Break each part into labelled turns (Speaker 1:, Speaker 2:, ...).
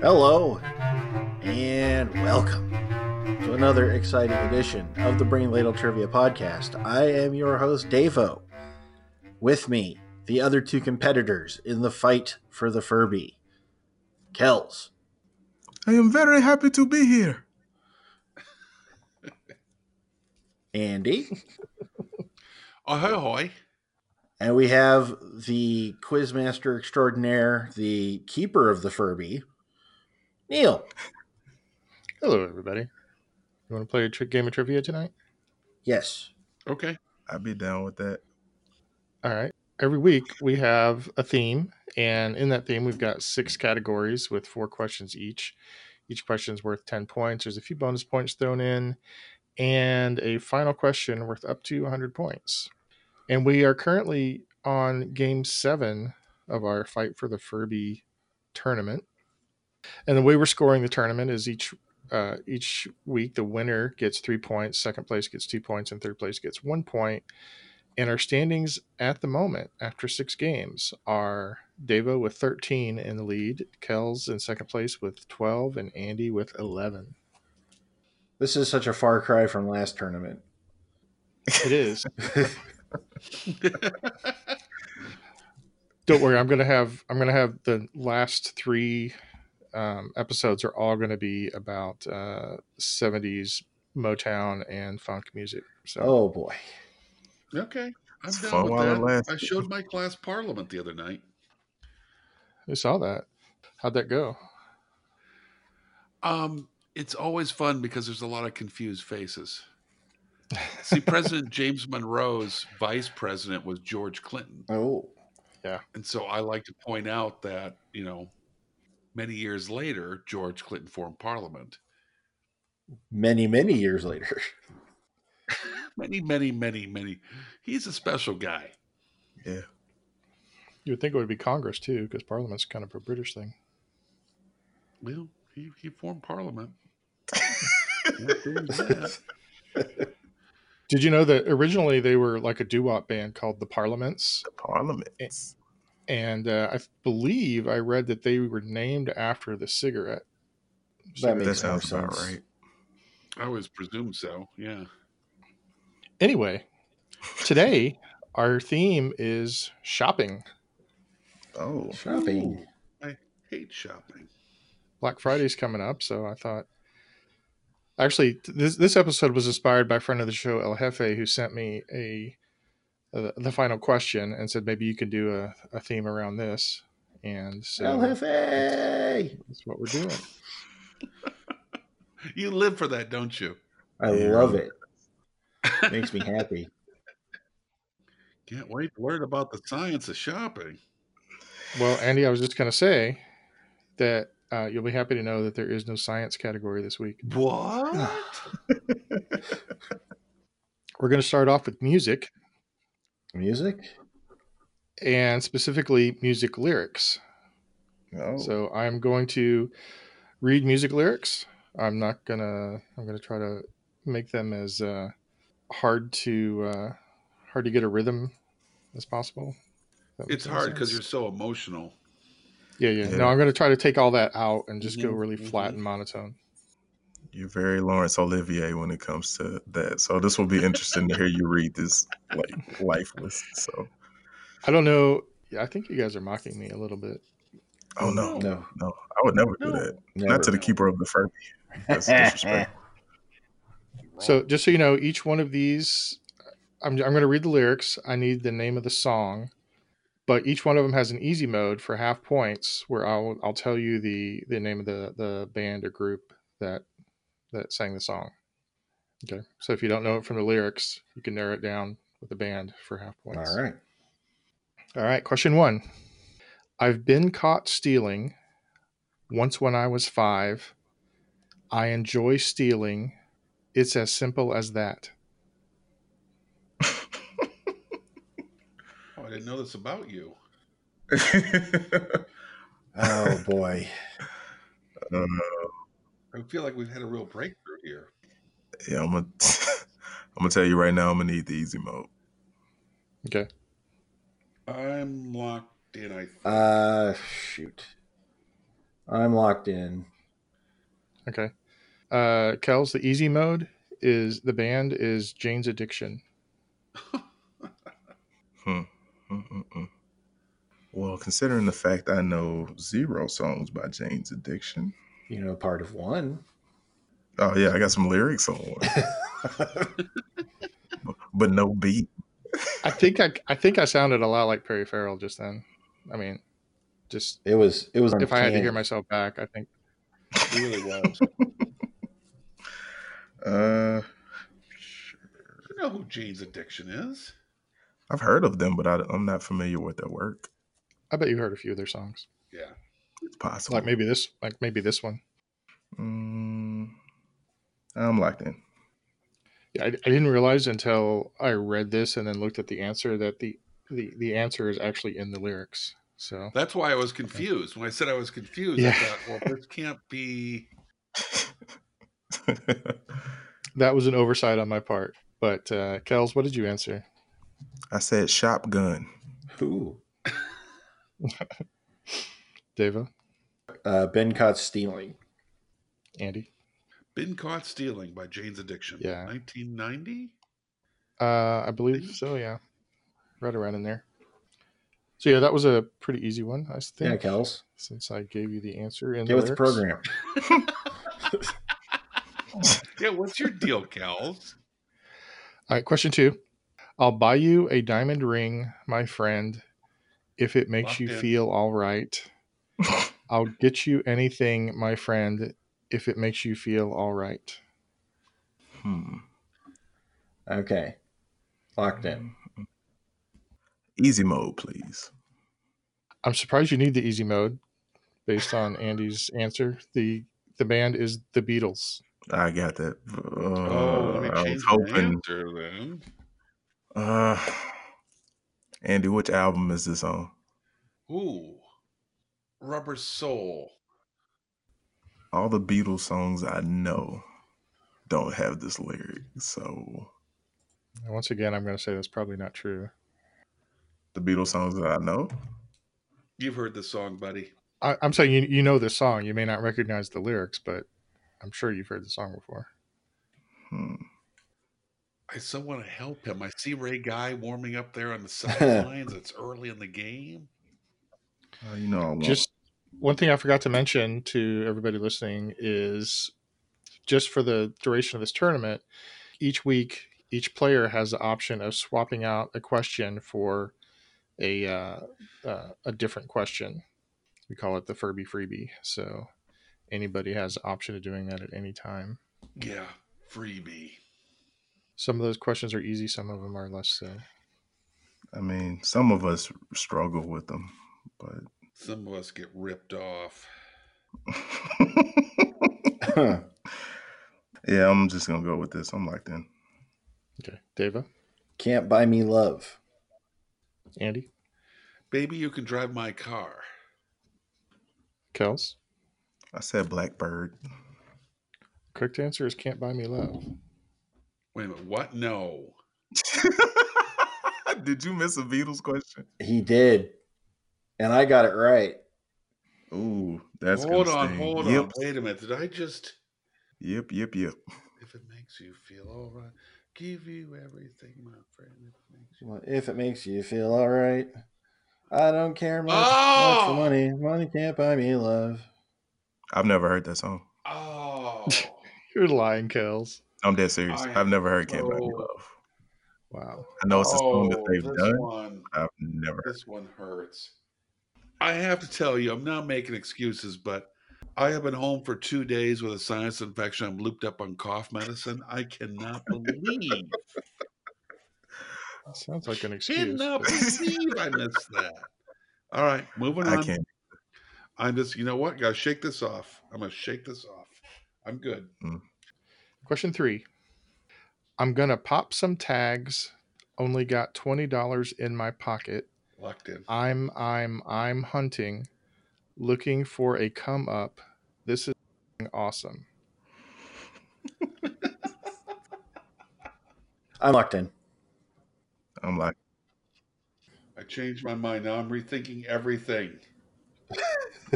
Speaker 1: Hello, and welcome to another exciting edition of the Brain Ladle Trivia Podcast. I am your host, Davo. With me, the other two competitors in the fight for the Furby, Kells
Speaker 2: I am very happy to be here.
Speaker 1: Andy,
Speaker 3: Ahoy!
Speaker 1: and we have the Quizmaster Extraordinaire, the Keeper of the Furby, Neil.
Speaker 4: Hello, everybody. You want to play a trick game of trivia tonight?
Speaker 1: Yes.
Speaker 3: Okay.
Speaker 2: I'd be down with that.
Speaker 4: All right. Every week we have a theme, and in that theme we've got six categories with four questions each. Each question's worth ten points. There's a few bonus points thrown in, and a final question worth up to 100 points. And we are currently on game seven of our fight for the Furby tournament. And the way we're scoring the tournament is each uh, each week the winner gets three points, second place gets two points, and third place gets one point. And our standings at the moment after six games are Devo with 13 in the lead, Kells in second place with 12, and Andy with 11.
Speaker 1: This is such a far cry from last tournament.
Speaker 4: It is. Don't worry, I'm gonna have I'm gonna have the last three um, episodes are all gonna be about uh, 70s Motown and funk music. So
Speaker 1: Oh boy.
Speaker 3: Okay. I'm
Speaker 2: It's
Speaker 3: down
Speaker 2: fun
Speaker 3: with
Speaker 2: while it
Speaker 3: that.
Speaker 2: lasts.
Speaker 3: I showed my class Parliament the other night.
Speaker 4: I saw that. How'd that go?
Speaker 3: Um, it's always fun because there's a lot of confused faces. See, President James Monroe's vice president was George Clinton.
Speaker 1: Oh.
Speaker 3: And so I like to point out that, you know, many years later, George Clinton formed Parliament.
Speaker 1: Many, many years later.
Speaker 3: Many, many, many, many. He's a special guy.
Speaker 4: You would think it would be Congress too, because Parliament's kind of a British thing.
Speaker 3: Well, he, he formed Parliament. Can't do that.
Speaker 4: Did you know that originally they were like a doo-wop band called the Parliaments?
Speaker 2: The Parliament.
Speaker 4: And uh, I believe I read that they were named after the cigarette.
Speaker 1: That
Speaker 2: That
Speaker 1: makes more
Speaker 2: sounds about
Speaker 1: sense.
Speaker 2: right.
Speaker 3: I always presume so. Yeah.
Speaker 4: Anyway, today our theme is shopping.
Speaker 2: Oh,
Speaker 1: Shopping.
Speaker 3: Ooh, I hate shopping.
Speaker 4: Black Friday's coming up, so I thought. Actually, th- this this episode was inspired by a friend of the show, El Jefe, who sent me a uh, the final question and said maybe you can do a, a theme around this. And so
Speaker 1: LFA.
Speaker 4: that's what we're doing.
Speaker 3: You live for that, don't you?
Speaker 1: I
Speaker 2: Yeah.
Speaker 1: love it. Makes me happy.
Speaker 3: Can't wait to learn about the science of shopping.
Speaker 4: Well, Andy, I was just going to say that uh, you'll be happy to know that there is no science category this week.
Speaker 3: What?
Speaker 4: We're going to start off with music
Speaker 1: Music?
Speaker 4: and specifically music lyrics.
Speaker 2: oh.
Speaker 4: So I'm going to read music lyrics. I'm not gonna. I'm gonna try to make them as uh, hard to uh, hard to get a rhythm as possible. That
Speaker 3: It's
Speaker 4: makes any
Speaker 3: hard because you're
Speaker 4: sense.
Speaker 3: so emotional.
Speaker 4: Yeah, yeah,
Speaker 2: Yeah.
Speaker 4: No, I'm gonna try to take all that out and just go
Speaker 3: Mhm,
Speaker 4: really flat
Speaker 3: mhm.
Speaker 4: and monotone.
Speaker 2: you're very Lawrence Olivier when it comes to that. So this will be interesting to hear you read this like lifeless. So
Speaker 4: I don't know. yeah, I think you guys are mocking me a little bit.
Speaker 2: oh no, no,
Speaker 1: No.
Speaker 2: I would never do
Speaker 3: No.
Speaker 2: that.
Speaker 1: Never.
Speaker 2: Not to the keeper of the Furby. That's disrespectful.
Speaker 4: So just so you know, each one of these, I'm, I'm going to read the lyrics. I need the name of the song, but each one of them has an easy mode for half points, where I'll I'll tell you the the name of the the band or group that that sang the song. Okay, so if you don't know it from the lyrics, you can narrow it down with the band for half points.
Speaker 1: All right.
Speaker 4: All right, question one. I've been caught stealing once when I was five. I enjoy stealing. It's as simple as that.
Speaker 3: Oh, I didn't know this about you.
Speaker 1: Oh boy.
Speaker 2: Uh,
Speaker 3: I feel like we've had a real breakthrough here.
Speaker 2: yeah, I'm gonna. I'm gonna tell you right now. I'm gonna need the easy mode.
Speaker 4: Okay.
Speaker 5: Uh,
Speaker 3: I'm locked in. I
Speaker 1: Uh shoot. I'm locked in.
Speaker 4: Okay. Uh, Kells, the easy mode is the band is Jane's Addiction.
Speaker 2: Hmm. Mm-mm-mm. Well, considering the fact I know zero songs by Jane's Addiction.
Speaker 1: You know, part of one.
Speaker 2: Oh yeah, I got some lyrics on one, but no beat.
Speaker 4: I think I, I think I sounded a lot like Perry Farrell just then. I mean, just
Speaker 1: it was it was.
Speaker 4: if I had to hear
Speaker 1: uncanny.
Speaker 4: myself back, I think
Speaker 3: It really was.
Speaker 2: Uh,
Speaker 3: you know who Jane's Addiction is?
Speaker 2: I've heard of them, but I, am not familiar with their work.
Speaker 4: I bet you heard a few of their songs.
Speaker 3: Yeah.
Speaker 2: It's possible.
Speaker 4: Like maybe this, like maybe this one.
Speaker 2: Mm, I'm locked in.
Speaker 4: Yeah, I, I didn't realize until I read this and then looked at the answer that the the the answer is actually in the lyrics. So
Speaker 3: That's why I was confused. When I said I was confused, I
Speaker 4: Yeah.
Speaker 3: thought, well, this can't be.
Speaker 4: that was an oversight on my part. But uh, Kells, what did you answer?
Speaker 2: I said shotgun.
Speaker 1: Ooh.
Speaker 4: Deva,
Speaker 1: Uh, ben caught stealing.
Speaker 4: Andy.
Speaker 3: Been Caught Stealing by Jane's Addiction.
Speaker 4: Yeah.
Speaker 3: 1990?
Speaker 4: Uh, I believe so. Yeah, right around in there. So yeah, that was a pretty easy one, I
Speaker 1: Yeah,
Speaker 4: think.
Speaker 1: Kels.
Speaker 4: Since I gave you the answer in
Speaker 1: Get with
Speaker 4: the
Speaker 1: the
Speaker 4: lyrics.
Speaker 1: program.
Speaker 3: Yeah, what's your deal, Kels?
Speaker 4: All right, question two. I'll buy you a diamond ring, my friend, if it makes
Speaker 3: Locked
Speaker 4: you
Speaker 3: in.
Speaker 4: feel all right. I'll get you anything, my friend, if it makes you feel all right.
Speaker 2: Hmm.
Speaker 1: Okay. Locked in.
Speaker 2: Easy mode, please.
Speaker 4: I'm surprised you need the easy mode based on Andy's answer. The the band is the Beatles.
Speaker 2: I got that.
Speaker 3: Oh, let
Speaker 2: Uh,
Speaker 3: me
Speaker 2: I
Speaker 3: change
Speaker 2: was
Speaker 3: my
Speaker 2: hoping.
Speaker 3: answer then.
Speaker 2: Uh, Andy, which album is this on?
Speaker 3: Ooh, Rubber Soul.
Speaker 2: All the Beatles songs I know don't have this lyric. So
Speaker 4: And once again, I'm going to say that's probably not true.
Speaker 2: the Beatles songs that I know,
Speaker 3: You've heard the song, buddy.
Speaker 4: I, I'm saying you, you know this song. You may not recognize the lyrics, but I'm sure you've heard the song before.
Speaker 2: hmm.
Speaker 3: I so want to help him. I see Ray Guy warming up there on the sidelines. it's early in the game.
Speaker 2: Uh, you know, I want
Speaker 4: just one thing I forgot to mention to everybody listening is just for the duration of this tournament, each week each player has the option of swapping out a question for a uh, uh, a different question. We call it the Furby freebie. So anybody has the option of doing that at any time.
Speaker 3: Yeah, freebie.
Speaker 4: Some of those questions are easy, some of them are less so.
Speaker 2: I mean, some of us struggle with them, but
Speaker 3: Some of us get ripped off.
Speaker 2: yeah, I'm just gonna go with this. I'm locked in.
Speaker 4: Okay, Deva,
Speaker 1: Can't buy me love.
Speaker 4: Andy,
Speaker 3: Baby, you can drive my car.
Speaker 4: Kels.
Speaker 2: I said Blackbird.
Speaker 4: Correct answer is "Can't Buy Me Love."
Speaker 3: Wait a minute. What? No.
Speaker 2: Did you miss a Beatles question?
Speaker 1: He did. And I got it right.
Speaker 2: Ooh, that's
Speaker 3: hold
Speaker 2: gonna
Speaker 3: on,
Speaker 2: sting.
Speaker 3: hold
Speaker 2: yep,
Speaker 3: on. Wait a minute. Did I just.
Speaker 2: Yep, yep, yep.
Speaker 3: If it makes you feel all right, give you everything, my friend. If it makes you...
Speaker 1: Well, If it makes you feel all right, I don't care much, much
Speaker 3: Oh!
Speaker 1: for money. Money can't buy me love.
Speaker 2: I've never heard that song.
Speaker 3: Oh.
Speaker 4: You're lying, Kels.
Speaker 2: I'm dead serious.
Speaker 3: I
Speaker 2: I've never heard Can't Buy Me
Speaker 3: know.
Speaker 2: Love.
Speaker 4: Wow.
Speaker 2: I know it's a song that
Speaker 3: Oh,
Speaker 2: they've
Speaker 3: this
Speaker 2: done.
Speaker 3: One,
Speaker 2: I've never heard
Speaker 3: this one hurts. I have to tell you, I'm not making excuses, but I have been home for two days with a sinus infection. I'm looped up on cough medicine. I cannot believe,
Speaker 4: That sounds like an excuse.
Speaker 3: cannot
Speaker 4: but-
Speaker 3: believe I missed that. All right, moving
Speaker 2: I
Speaker 3: on.
Speaker 2: can't.
Speaker 3: I'm just, you know what? Gotta shake this off. I'm gonna shake this off. I'm good.
Speaker 4: Question three. I'm gonna pop some tags. Only got twenty dollars in my pocket.
Speaker 3: Locked in.
Speaker 4: I'm I'm I'm hunting, looking for a come up. This is awesome.
Speaker 1: I'm locked in.
Speaker 2: I'm like,
Speaker 3: I changed my mind. Now I'm rethinking everything.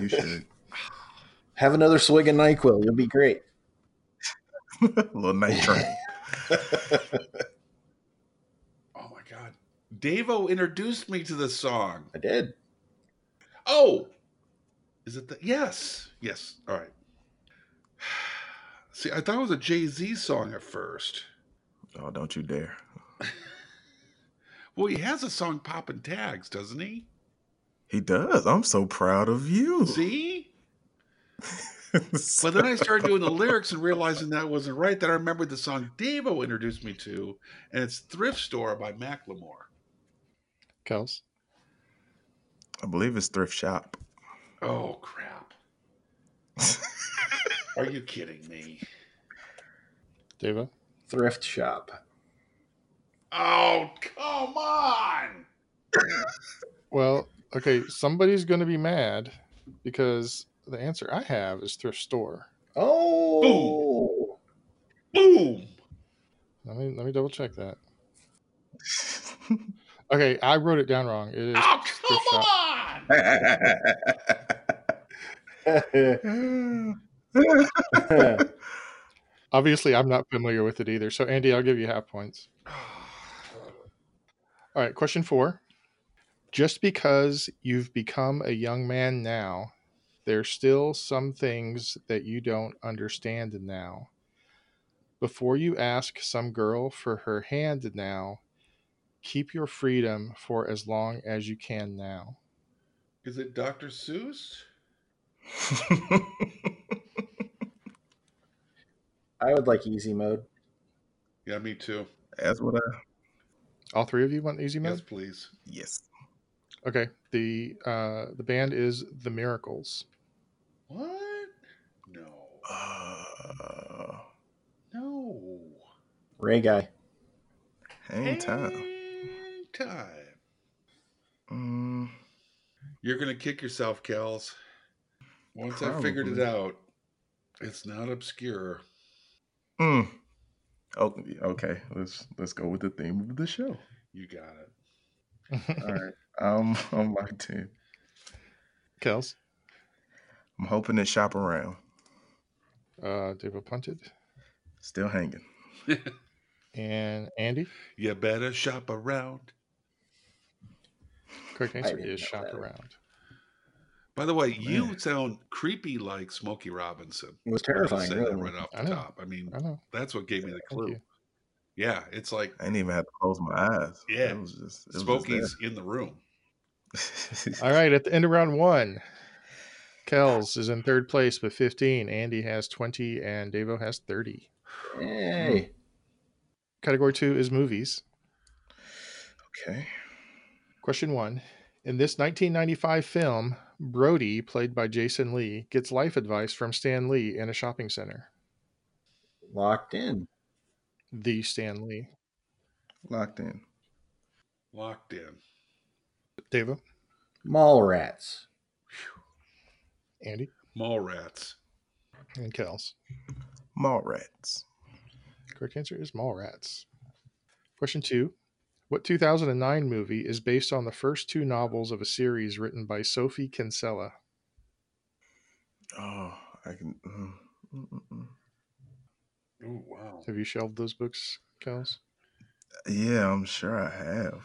Speaker 2: you should.
Speaker 1: Have another swig of NyQuil. You'll be great.
Speaker 2: little night train.
Speaker 3: Oh my god. Davo introduced me to this song.
Speaker 1: I did.
Speaker 3: Oh, is it the yes, yes? All right. See, I thought it was a Jay Z song at first.
Speaker 2: Oh, don't you dare.
Speaker 3: Well, he has a song popping tags, doesn't he?
Speaker 2: He does. I'm so proud of you.
Speaker 3: See, but then I started doing the lyrics and realizing that wasn't right. Then I remembered the song Davo introduced me to, and it's Thrift Store by Macklemore.
Speaker 4: Kels.
Speaker 2: I believe it's thrift shop.
Speaker 3: Oh crap! Are you kidding me?
Speaker 4: Deva.
Speaker 1: Thrift shop.
Speaker 3: Oh come on!
Speaker 4: Well, okay, somebody's going to be mad because the answer I have is thrift store.
Speaker 1: Oh.
Speaker 3: Boom!
Speaker 4: Let me let me double check that. Okay, I wrote it down wrong. It is
Speaker 3: Oh
Speaker 4: thrift
Speaker 3: come
Speaker 4: shop.
Speaker 3: on!
Speaker 4: Obviously, I'm not familiar with it either. So, Andy, I'll give you half points.
Speaker 3: Oh.
Speaker 4: All right, question four. Just because you've become a young man now, there's still some things that you don't understand now. Before you ask some girl for her hand now, keep your freedom for as long as you can now.
Speaker 3: Is it Dr. Seuss?
Speaker 1: I would like easy mode.
Speaker 3: Yeah, me too.
Speaker 2: That's what I.
Speaker 4: All three of you want easy mode?
Speaker 3: Yes, please.
Speaker 2: Yes.
Speaker 4: Okay. The uh, the band is The Miracles.
Speaker 3: What? No.
Speaker 2: Uh,
Speaker 3: No.
Speaker 1: Ray guy.
Speaker 2: hang time.
Speaker 3: Hang time.
Speaker 2: Mm,
Speaker 3: You're gonna kick yourself, Kels. Once I figured it
Speaker 2: Probably.
Speaker 3: out, it's not obscure.
Speaker 2: mm. Oh, okay. Let's let's go with the theme of the show.
Speaker 3: You got it.
Speaker 2: All right. I'm on my team.
Speaker 4: Kels,
Speaker 2: I'm hoping to shop around.
Speaker 4: uh, David punted,
Speaker 2: Still hanging.
Speaker 4: and Andy.
Speaker 3: You better shop around.
Speaker 4: Correct answer
Speaker 1: didn't
Speaker 4: is
Speaker 1: know
Speaker 4: shop
Speaker 1: that.
Speaker 4: around.
Speaker 3: By the way, you
Speaker 2: Man.
Speaker 3: sound creepy like Smokey Robinson.
Speaker 1: It was
Speaker 3: I'll just
Speaker 1: terrifying,
Speaker 3: Say
Speaker 1: really.
Speaker 3: that right off
Speaker 4: I
Speaker 3: the
Speaker 4: know.
Speaker 3: top. I mean,
Speaker 4: I know.
Speaker 3: that's what gave me the
Speaker 4: Thank
Speaker 3: clue.
Speaker 4: you.
Speaker 3: Yeah, it's like
Speaker 2: I didn't even have to close my eyes.
Speaker 3: Yeah.
Speaker 2: It was just. It was
Speaker 3: Smokey's
Speaker 2: Just
Speaker 3: in the room.
Speaker 2: there.
Speaker 4: All right, at the end of round one, Kels is in third place with 15. Andy has 20, and Davo has 30.
Speaker 1: Hey.
Speaker 4: Category two is movies.
Speaker 2: Okay.
Speaker 4: Question one In this 1995 film, Brody, played by Jason Lee, gets life advice from Stan Lee in a shopping center.
Speaker 1: Locked in.
Speaker 4: The Stan Lee.
Speaker 2: Locked in.
Speaker 3: Locked in.
Speaker 4: Davo,
Speaker 1: Mall rats.
Speaker 4: Andy,
Speaker 3: Mall rats.
Speaker 4: and Kels.
Speaker 2: Mall rats.
Speaker 4: Correct answer is Mallrats. Question two What 2009 movie is based on the first two novels of a series written by Sophie Kinsella?
Speaker 2: Oh, I can. Mm, mm, mm, mm.
Speaker 3: Oh wow.
Speaker 4: Have you shelved those books, Kels?
Speaker 2: Yeah, I'm sure I have.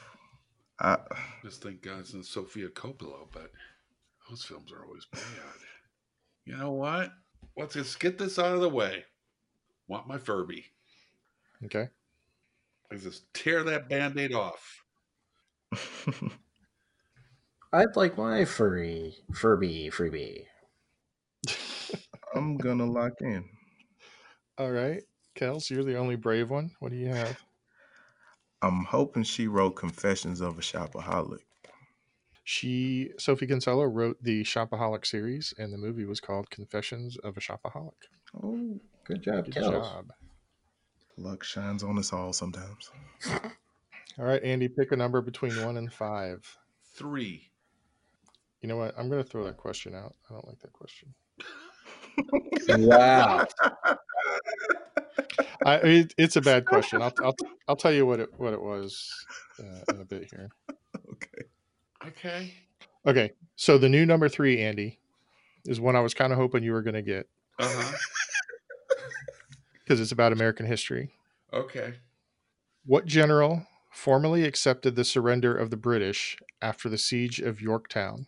Speaker 2: I
Speaker 3: Just thank God it's not Sophia Coppola, but those films are always bad. You know what? Let's just get this out of the way. Want my Furby.
Speaker 4: Okay.
Speaker 3: Let's just tear that band-aid off.
Speaker 1: I'd like my furry Furby freebie.
Speaker 2: I'm gonna lock in.
Speaker 4: All right. Kels, you're the only brave one. What do you have?
Speaker 2: I'm hoping she wrote Confessions of a Shopaholic.
Speaker 4: She, Sophie Kinsella, wrote the Shopaholic series, and the movie was called Confessions of a Shopaholic.
Speaker 2: Oh,
Speaker 1: Good job,
Speaker 4: Good
Speaker 1: Kels.
Speaker 4: job.
Speaker 2: luck shines on us all sometimes.
Speaker 4: All right, Andy, pick a number between one and five.
Speaker 3: Three.
Speaker 4: You know what? I'm going to throw that question out. I don't like that question.
Speaker 1: Wow.
Speaker 4: I, it, it's a bad question. I'll, I'll, I'll tell you what it what it was uh, in a bit here.
Speaker 2: Okay.
Speaker 3: Okay.
Speaker 4: Okay, so the new number three, Andy, is one I was kind of hoping you were going to get
Speaker 3: Uh-huh.
Speaker 4: because it's about American history.
Speaker 3: Okay.
Speaker 4: What general formally accepted the surrender of the British after the siege of Yorktown?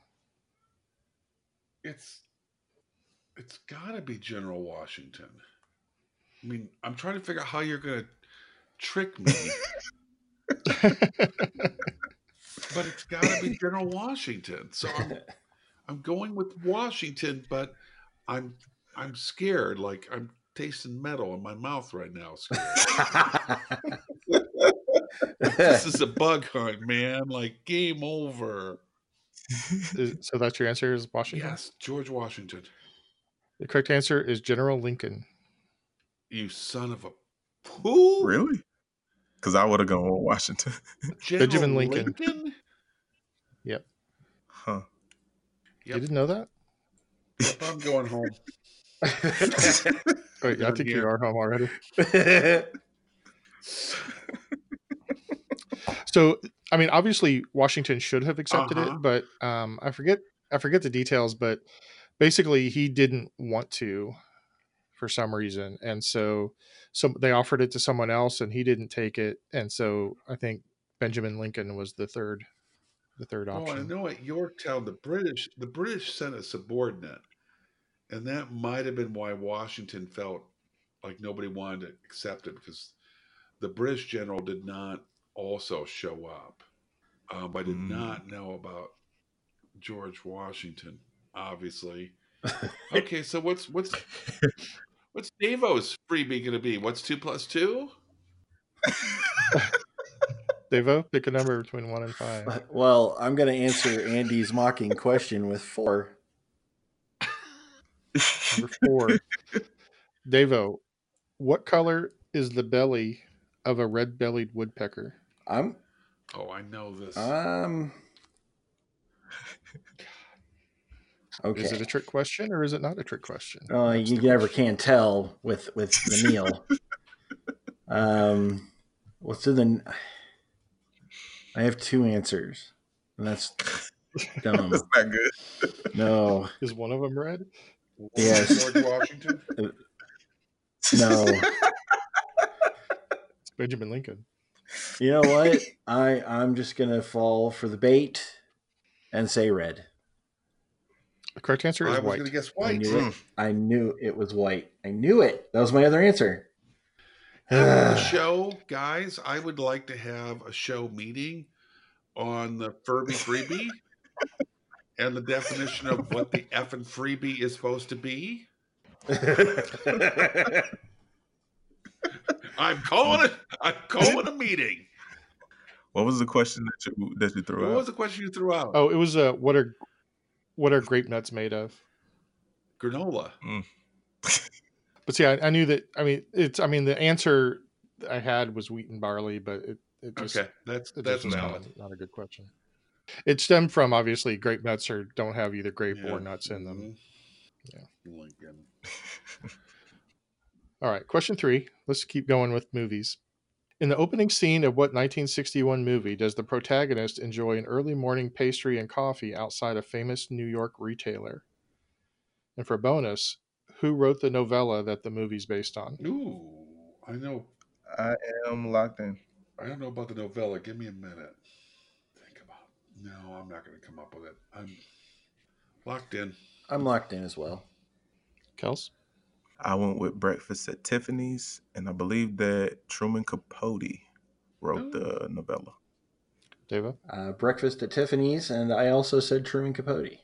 Speaker 3: It's it's gotta be General Washington. I mean, I'm trying to figure out how you're gonna trick me, but it's gotta be General Washington. So I'm I'm going with Washington, but I'm I'm scared. Like I'm tasting metal in my mouth right now. Scared. this is a bug hunt, man. Like game over.
Speaker 4: Is- so that's your answer is Washington?
Speaker 3: Yes, George Washington.
Speaker 4: The correct answer is General Lincoln.
Speaker 3: You son of a who?
Speaker 2: Really? Because I would have gone with Washington.
Speaker 3: General
Speaker 4: Benjamin Lincoln. Yep.
Speaker 2: Huh.
Speaker 3: Yep.
Speaker 4: You didn't know that?
Speaker 3: I'm going home.
Speaker 4: Wait, I
Speaker 3: You're
Speaker 4: think you
Speaker 3: here.
Speaker 4: are home already. So, I mean, obviously Washington should have accepted
Speaker 3: Uh-huh.
Speaker 4: it, but um, I forget I forget the details. But basically, he didn't want to for some reason, and so some they offered it to someone else, and he didn't take it, and so I think Benjamin Lincoln was the third the third
Speaker 3: Oh, I
Speaker 4: option.
Speaker 3: know at Yorktown, the British the British sent a subordinate, and that might have been why Washington felt like nobody wanted to accept it because the British general did not also show up. Um, I did
Speaker 2: Mm.
Speaker 3: not know about George Washington, obviously. okay, so what's what's what's Davos freebie going to be? What's two plus two?
Speaker 4: Devo, pick a number between one and five.
Speaker 1: Uh, well, I'm going to answer Andy's mocking question with four.
Speaker 4: Number four, Devo, what color is the belly of a red-bellied woodpecker?
Speaker 1: I'm
Speaker 3: Oh, I know this.
Speaker 1: um. Okay.
Speaker 4: Is it a trick question or is it not a trick question?
Speaker 1: Oh,
Speaker 4: That's
Speaker 1: you
Speaker 4: the
Speaker 1: never
Speaker 4: question.
Speaker 1: can tell with with the meal. um, what's in the? I have two answers, and that's dumb.
Speaker 2: That's not good.
Speaker 1: No,
Speaker 4: Is one of them red?
Speaker 1: yes.
Speaker 3: George Washington.
Speaker 1: no.
Speaker 4: It's Benjamin Lincoln.
Speaker 1: You know what? I I'm just gonna fall for the bait and say red.
Speaker 4: The correct answer
Speaker 3: I
Speaker 4: is
Speaker 3: was
Speaker 4: white.
Speaker 3: going to guess
Speaker 1: I
Speaker 3: white.
Speaker 1: knew
Speaker 2: Mm.
Speaker 1: it. I knew it was white. I knew it. That was my other answer.
Speaker 3: After
Speaker 5: Uh,
Speaker 3: the show, guys, I would like to have a show meeting on the Furby freebie and the definition of what the F and freebie is supposed to be. I'm calling it. I'm calling a meeting.
Speaker 2: What was the question that you that you threw
Speaker 3: What
Speaker 2: out?
Speaker 3: was the question you threw out?
Speaker 4: Oh, it was uh, what are what are grape nuts made of?
Speaker 3: Granola.
Speaker 4: But see, I, I knew that. I mean, it's. I mean, the answer I had was wheat and barley, but it, it just
Speaker 3: Okay, that's
Speaker 4: it
Speaker 3: that's
Speaker 4: just was
Speaker 3: valid.
Speaker 4: Not, not a good question. It stemmed from obviously grape nuts or don't have either grape
Speaker 3: Yeah.
Speaker 4: or nuts in them.
Speaker 3: Mhm.
Speaker 4: Yeah.
Speaker 3: Lincoln.
Speaker 4: All right, question three. Let's keep going with movies. In the opening scene of what 1961 movie does the protagonist enjoy an early morning pastry and coffee outside a famous New York retailer? And for bonus, who wrote the novella that the movie's based on?
Speaker 3: Ooh, I know.
Speaker 2: I am locked in.
Speaker 3: I don't know about the novella. Give me a minute. Think about. No, I'm not going to come up with it. I'm locked in.
Speaker 1: I'm locked in as well.
Speaker 4: Kels?
Speaker 2: I went with Breakfast at Tiffany's, and I believe that Truman Capote wrote
Speaker 3: Oh.
Speaker 2: the novella.
Speaker 4: Deva?
Speaker 1: Uh, breakfast at Tiffany's, and I also said Truman Capote.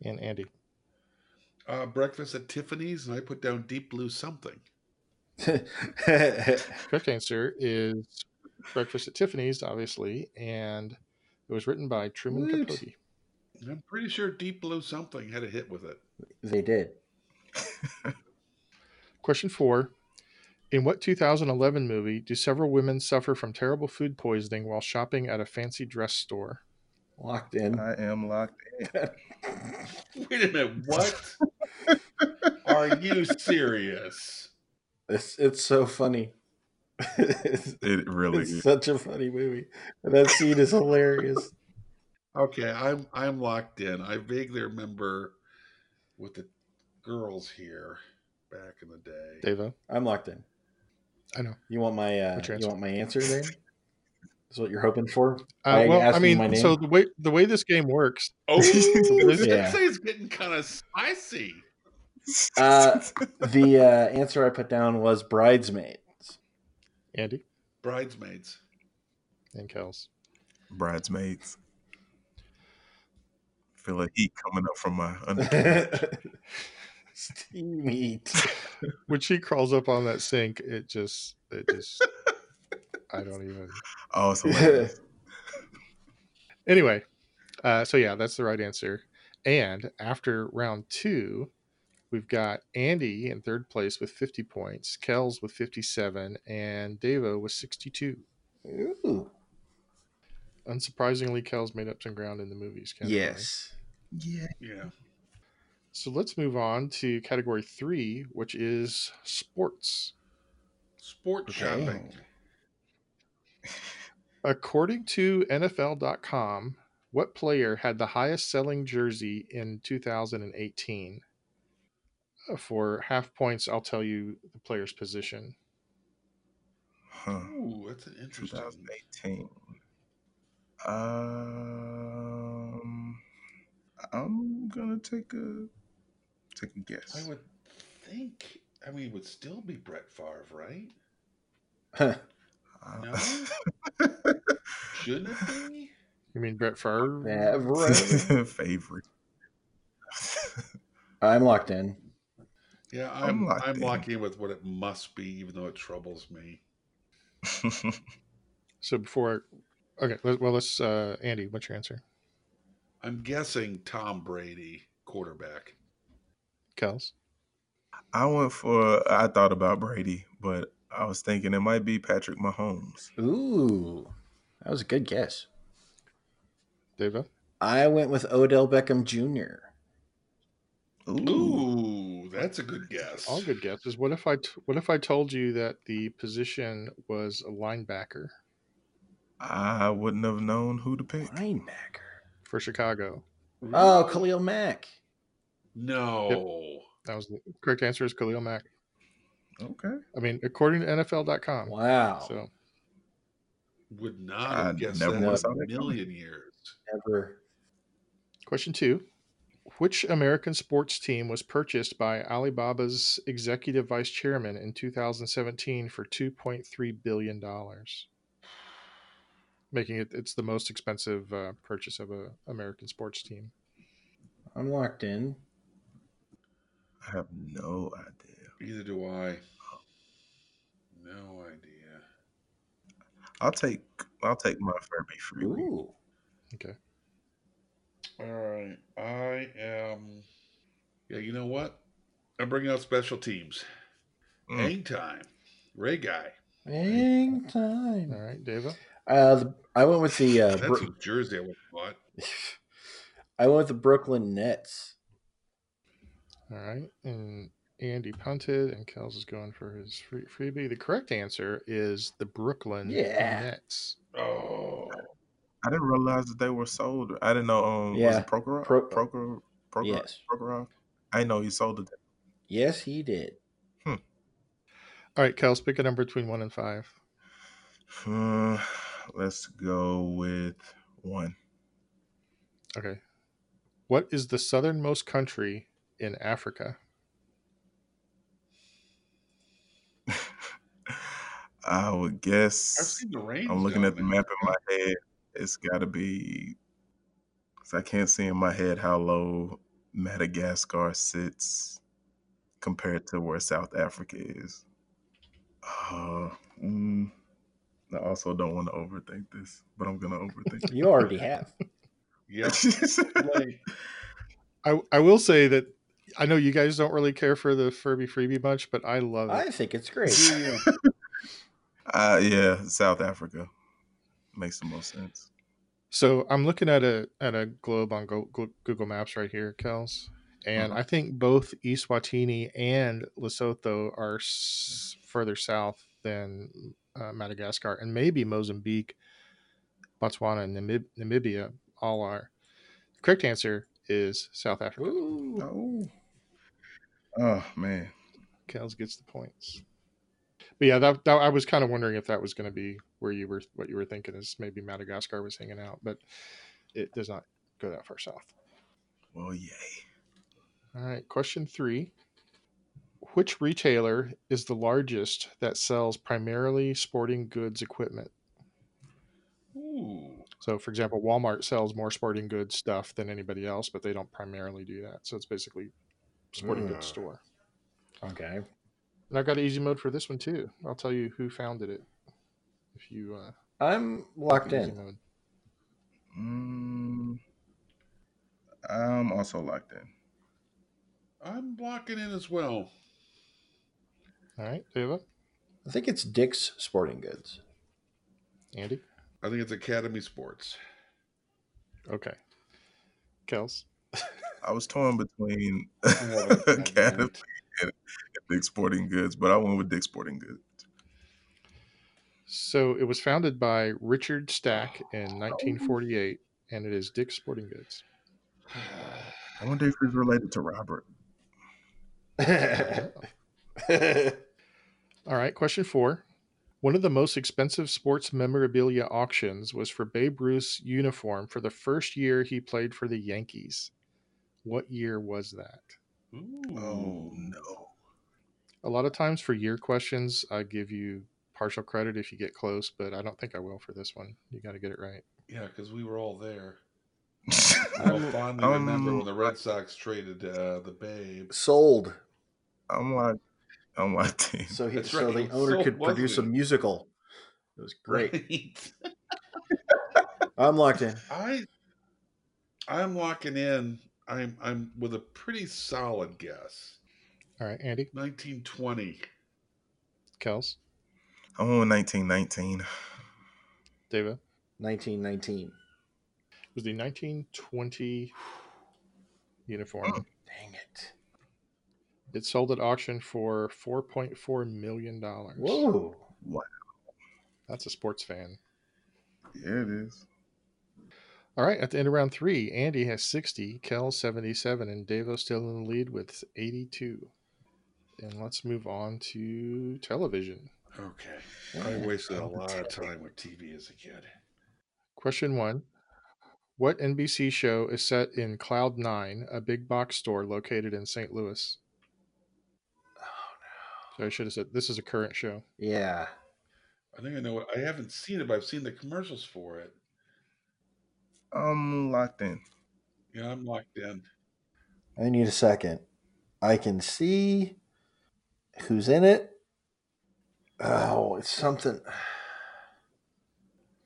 Speaker 4: And Andy.
Speaker 3: uh, breakfast at Tiffany's, and I put down deep blue something.
Speaker 4: Correct answer is Breakfast at Tiffany's, obviously, and it was written by Truman
Speaker 1: Woot.
Speaker 4: Capote.
Speaker 3: And I'm pretty sure deep blue something had a hit with it.
Speaker 1: they did.
Speaker 4: Question four. In what 2011 movie do several women suffer from terrible food poisoning while shopping at a fancy dress store?
Speaker 1: Locked in.
Speaker 2: I am locked
Speaker 3: Wait a minute, what? Are you serious?
Speaker 1: It's it's so funny. it's
Speaker 2: in. It really
Speaker 1: it's
Speaker 2: is.
Speaker 1: such a funny movie. That scene is hilarious.
Speaker 3: Okay, I'm I'm locked in. I vaguely remember with the girls here back in the day.
Speaker 4: Devo.
Speaker 1: I'm locked in.
Speaker 4: I know.
Speaker 1: You want my uh,
Speaker 4: Which
Speaker 1: you
Speaker 4: answer?
Speaker 1: want my answer there? That's what you're hoping for?
Speaker 4: Uh,
Speaker 1: I
Speaker 4: well,
Speaker 1: asked
Speaker 4: I
Speaker 1: you
Speaker 4: mean,
Speaker 1: my name.
Speaker 4: so the way the way this game works,
Speaker 3: Oh, this
Speaker 1: Yeah.
Speaker 3: is getting kind of spicy.
Speaker 1: Uh, The uh, answer I put down was bridesmaids.
Speaker 4: Andy
Speaker 3: Bridesmaids.
Speaker 4: and Kels.
Speaker 2: Bridesmaids. Feel a heat coming up from my under.
Speaker 1: Steam heat.
Speaker 4: When she crawls up on that sink, it just it just I don't even.
Speaker 2: oh, it's hilarious.
Speaker 4: Anyway, uh, so yeah, that's the right answer. And after round two, we've got Andy in third place with 50 points, Kells with 57, and Devo with 62.
Speaker 1: Ooh.
Speaker 4: Unsurprisingly, Kells made up some ground in the movies category.
Speaker 1: Yes.
Speaker 2: yeah.
Speaker 3: Yeah.
Speaker 4: So let's move on to category three, which is sports.
Speaker 3: Sport shopping.
Speaker 4: According to NFL.com, what player had the highest selling jersey in 2018? Uh, For half points, I'll tell you the player's position.
Speaker 2: Huh.
Speaker 3: Ooh, that's an interesting.
Speaker 2: 2018. Um, I'm gonna take a take a guess.
Speaker 3: I would think. I mean, it would still be Brett Favre, right?
Speaker 1: Huh.
Speaker 2: Uh,
Speaker 3: Shouldn't it be?
Speaker 4: You mean Brett Favre?
Speaker 1: Yeah, right.
Speaker 2: favorite.
Speaker 1: I'm locked in.
Speaker 3: Yeah,
Speaker 2: I'm
Speaker 3: I'm I'm,
Speaker 2: locked
Speaker 3: locking
Speaker 2: in.
Speaker 3: with what it must be, even though it troubles me.
Speaker 4: So before, okay, let- well, let's, uh, Andy, what's your answer?
Speaker 3: I'm guessing Tom Brady, quarterback.
Speaker 4: Kels?
Speaker 2: I went for. I thought about Brady, but I was thinking it might be Patrick Mahomes.
Speaker 1: Ooh. That was a good guess.
Speaker 4: Devo?
Speaker 1: I went with Odell Beckham Jr.
Speaker 3: Ooh, that's a good guess.
Speaker 4: All good guesses. What if I t- what if I told you that the position was a linebacker
Speaker 2: I wouldn't have known who to pick.
Speaker 1: Linebacker.
Speaker 4: for Chicago?
Speaker 3: Really?
Speaker 1: Oh, Khalil Mack.
Speaker 3: no.
Speaker 4: That was the correct answer. Is Khalil Mack?
Speaker 2: Okay,
Speaker 4: I mean, according to NFL.com.
Speaker 1: Wow.
Speaker 4: So
Speaker 3: Would not
Speaker 2: I
Speaker 3: have guessed
Speaker 2: never
Speaker 3: that in
Speaker 1: would've
Speaker 2: saw
Speaker 3: a
Speaker 2: that coming.
Speaker 3: million years.
Speaker 1: Never.
Speaker 4: Question two Which American sports team was purchased by Alibaba's executive vice chairman in 2017 for $2.3 billion? Making it it's the most expensive uh, purchase of a American sports team.
Speaker 1: I'm locked in.
Speaker 2: I have no idea.
Speaker 3: Either do I. No idea.
Speaker 2: I'll take. I'll take my Furby Freeway.
Speaker 1: Ooh.
Speaker 3: All right. I am. Yeah, you know what? I'm bringing out special teams.
Speaker 2: Mm.
Speaker 3: Hang time. Ray Guy.
Speaker 1: Hang
Speaker 4: All
Speaker 1: time.
Speaker 4: right, Deva.
Speaker 1: Uh, the, I went with the uh,
Speaker 3: That's
Speaker 1: Bro-
Speaker 3: a jersey I would have bought.
Speaker 1: I went with the Brooklyn Nets.
Speaker 4: All right. And Andy punted, and Kels is going for his free, freebie. The correct answer is the Brooklyn
Speaker 1: Yeah.
Speaker 4: Nets.
Speaker 3: Oh.
Speaker 2: I didn't realize that they were sold. I didn't know. Um, was
Speaker 1: Yeah,
Speaker 2: it Prokhorov?
Speaker 1: Pro- uh,
Speaker 2: Prokhor, Prokhor,
Speaker 1: Yes.
Speaker 2: Prokhorov? I didn't know he sold it.
Speaker 1: Yes, he did.
Speaker 4: All right, Kels, pick a number between one and five.
Speaker 2: Uh, let's go with one.
Speaker 4: Okay. What is the southernmost country in Africa?
Speaker 2: I would
Speaker 3: I've
Speaker 2: guess.
Speaker 3: seen the rain.
Speaker 2: I'm looking at the map in my head. It's got to be. Cause I can't see in my head how low Madagascar sits compared to where South Africa is. Uh, mm, I also don't want to overthink this, but I'm gonna overthink. it.
Speaker 1: You already have.
Speaker 3: Yep. Like,
Speaker 4: I, I will say that I know you guys don't really care for the Furby Freebie much, but I love it.
Speaker 1: I think it's great.
Speaker 2: uh, yeah, South Africa makes the most sense.
Speaker 4: So I'm looking at a at a globe on Go, Go, Google Maps right here, Kels, and I think both Eswatini and Lesotho are s- further south than uh, Madagascar, and maybe Mozambique, Botswana, and Namib- Namibia all are. The correct answer is South Africa.
Speaker 1: Ooh.
Speaker 2: Oh, Oh man.
Speaker 4: Kels gets the points. But yeah, that, that I was kind of wondering if that was going to be where you were, what you were thinking is maybe Madagascar was hanging out, but it does not go that far south.
Speaker 2: Well, yay.
Speaker 4: All right, question three. Which retailer is the largest that sells primarily sporting goods equipment?
Speaker 3: Ooh.
Speaker 4: So, for example, Walmart sells more sporting goods stuff than anybody else, but they don't primarily do that. So it's basically sporting goods
Speaker 5: Mm.
Speaker 4: store.
Speaker 5: Okay.
Speaker 4: And I've got an easy mode for this one too. I'll tell you who founded it. If you uh,
Speaker 5: I'm
Speaker 4: do
Speaker 5: locked
Speaker 4: easy
Speaker 5: in.
Speaker 4: mode,
Speaker 2: Mm, I'm also locked in.
Speaker 3: I'm blocking in as well.
Speaker 4: all right, Deva,
Speaker 5: I think it's Dick's Sporting Goods.
Speaker 4: Andy.
Speaker 3: I think it's Academy Sports.
Speaker 4: Okay, Kels.
Speaker 2: I was torn between
Speaker 3: I have it. God damn
Speaker 2: Academy
Speaker 3: it.
Speaker 2: and Dick Sporting Goods, but I went with Dick Sporting Goods.
Speaker 4: So it was founded by Richard Stack
Speaker 5: Oh.
Speaker 4: in 1948, and it is Dick's Sporting Goods.
Speaker 2: I wonder if it's related to Robert.
Speaker 4: All right, question four. One of the most expensive sports memorabilia auctions was for Babe Ruth's uniform for the first year he played for the Yankees. What year was that?
Speaker 3: Ooh.
Speaker 2: Oh no.
Speaker 4: A lot of times for year questions, I give you partial credit if you get close, but I don't think I will for this one. You got to get it right.
Speaker 3: Yeah, because we were all there. I
Speaker 5: I'm-
Speaker 3: will fondly remember
Speaker 2: I'm-
Speaker 3: when the Red Sox traded uh, the Babe.
Speaker 5: Sold.
Speaker 2: I'm like I'm locked in.
Speaker 5: So he,
Speaker 3: That's
Speaker 5: so
Speaker 3: right.
Speaker 5: the owner
Speaker 3: So
Speaker 5: could
Speaker 3: was
Speaker 5: produce
Speaker 3: it.
Speaker 5: a musical. It was great.
Speaker 3: Right.
Speaker 5: I'm locked in.
Speaker 3: I I'm locking in. I'm I'm with a pretty solid guess.
Speaker 4: All right, Andy,
Speaker 3: 1920.
Speaker 4: Kels,
Speaker 2: I went with 1919.
Speaker 4: David.
Speaker 5: 1919.
Speaker 4: It was the 1920 uniform.
Speaker 5: Dang it.
Speaker 4: It sold at auction for $4.4 million.
Speaker 5: Whoa.
Speaker 2: What?
Speaker 4: That's a sports fan.
Speaker 2: Yeah, it is.
Speaker 4: All right, at the end of round three, Andy has 60, Kel 77, and Davo still in the lead with 82. And let's move on to television.
Speaker 3: Okay. I wasted a lot of time with TV as a kid.
Speaker 4: Question one What NBC show is set in Cloud Nine, a big box store located in St. Louis?
Speaker 3: Oh,
Speaker 4: So I should have said this is a current show.
Speaker 5: Yeah.
Speaker 3: I think I know what I haven't seen it, but I've seen the commercials for it.
Speaker 2: I'm locked in.
Speaker 3: Yeah, I'm locked in.
Speaker 5: I need a second. I can see who's in it. Oh, it's something.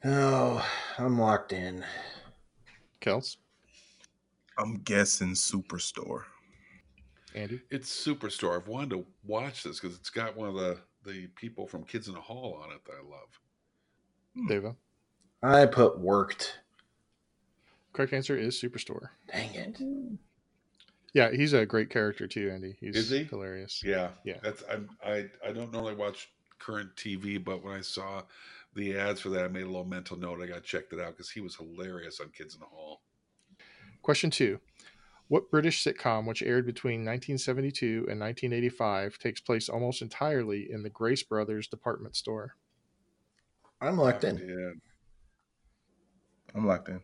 Speaker 5: No, I'm locked in.
Speaker 4: Kels,
Speaker 2: I'm guessing Superstore.
Speaker 4: Andy,
Speaker 3: It's Superstore. I've wanted to watch this because it's got one of the the people from Kids in the Hall on it that I love.
Speaker 4: Davo.
Speaker 5: I put worked.
Speaker 4: Correct answer is Superstore.
Speaker 5: Dang it.
Speaker 4: Yeah, he's a great character too, Andy. He's
Speaker 3: Is he?
Speaker 4: hilarious.
Speaker 3: Yeah,
Speaker 4: Yeah.
Speaker 3: That's I'm, I I don't normally watch current TV, but when I saw the ads for that, I made a little mental note. I got checked it out because he was hilarious on Kids in the Hall.
Speaker 4: Question two What British sitcom, which aired between 1972 and 1985, takes place almost entirely in the Grace Brothers department store?
Speaker 5: I'm locked in.
Speaker 3: Yeah.
Speaker 2: I'm locked in.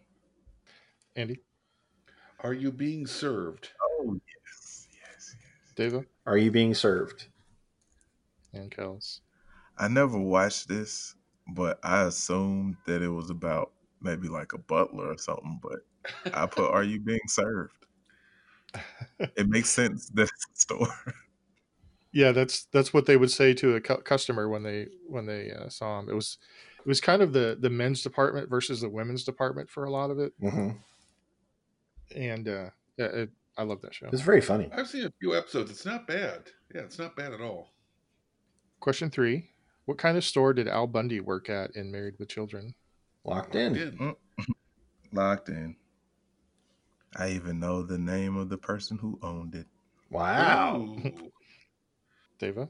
Speaker 4: Andy,
Speaker 3: Are you being served?
Speaker 2: Oh yes, yes, yes.
Speaker 4: Deva,
Speaker 5: Are you being served?
Speaker 4: and Kels.
Speaker 2: I never watched this, but I assumed that it was about maybe like a butler or something. But I put, "Are you being served?" It makes sense that it's a store.
Speaker 4: Yeah, that's that's what they would say to a cu- customer when they when they uh, saw him. It was it was kind of the the men's department versus the women's department for a lot of it,
Speaker 5: Mm-hmm.
Speaker 4: and uh, yeah, it, I love that show.
Speaker 5: It's very funny.
Speaker 3: I've seen a few episodes. It's not bad. Yeah, it's not bad at all.
Speaker 4: Question three: What kind of store did Al Bundy work at in Married with Children?
Speaker 5: Locked in.
Speaker 3: Again,
Speaker 2: Locked in. I even know the name of the person who owned it.
Speaker 5: Wow.
Speaker 3: ooh.
Speaker 4: Deva,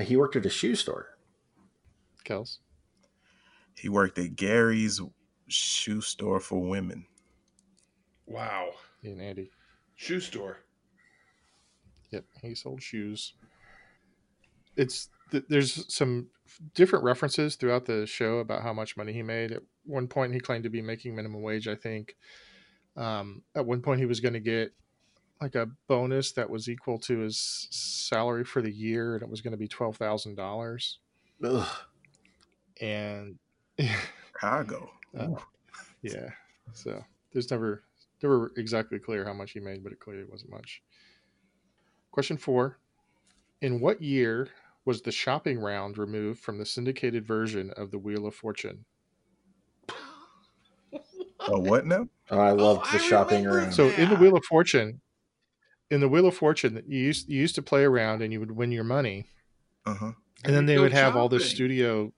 Speaker 5: He worked at a shoe store.
Speaker 4: Kels,
Speaker 2: He worked at Gary's shoe store for women.
Speaker 3: wow.
Speaker 4: and Andy.
Speaker 3: Shoe store.
Speaker 4: Yep, he sold shoes. It's th- there's some different references throughout the show about how much money he made. At one point, he claimed to be making minimum wage. I think. Um, at one point, he was going to get like a bonus that was equal to his salary for the year, and it was going to be twelve thousand dollars.
Speaker 5: Ugh.
Speaker 4: And
Speaker 2: Chicago.
Speaker 4: Uh,
Speaker 2: Ooh.
Speaker 4: yeah, so there's never never exactly clear how much he made, but it clearly wasn't much. Question four: In what year was the shopping round removed from the syndicated version of the Wheel of Fortune?
Speaker 2: Oh, what now?
Speaker 5: Oh, I loved
Speaker 6: Oh,
Speaker 5: the
Speaker 6: I
Speaker 5: shopping
Speaker 6: remember
Speaker 5: room.
Speaker 4: So in the
Speaker 6: Yeah.
Speaker 4: Wheel of Fortune, in the Wheel of Fortune, you used you used to play around and you would win your money,
Speaker 2: Uh huh.
Speaker 4: and then
Speaker 6: You'd
Speaker 4: they
Speaker 6: go
Speaker 4: would have all this
Speaker 6: shopping.
Speaker 4: studio.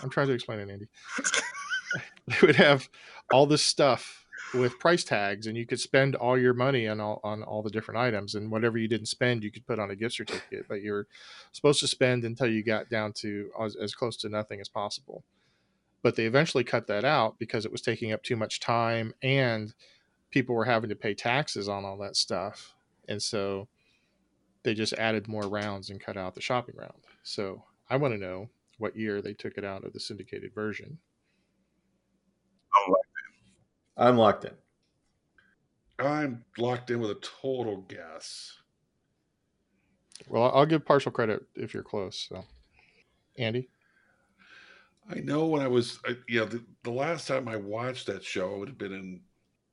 Speaker 4: I'm trying to explain it, Andy. they would have all this stuff with price tags and you could spend all your money on all on all the different items and whatever you didn't spend you could put on a gift certificate but you were supposed to spend until you got down to as, as close to nothing as possible but they eventually cut that out because it was taking up too much time and people were having to pay taxes on all that stuff and so they just added more rounds and cut out the shopping round so i want to know what year they took it out of the syndicated version
Speaker 2: I'm like,
Speaker 5: I'm locked in.
Speaker 3: I'm locked in with a total guess.
Speaker 4: Well, I'll- I'll give partial credit if you're close. So, Andy,
Speaker 3: I know when I was, I, you know, the, the last time I watched that show, I would have been in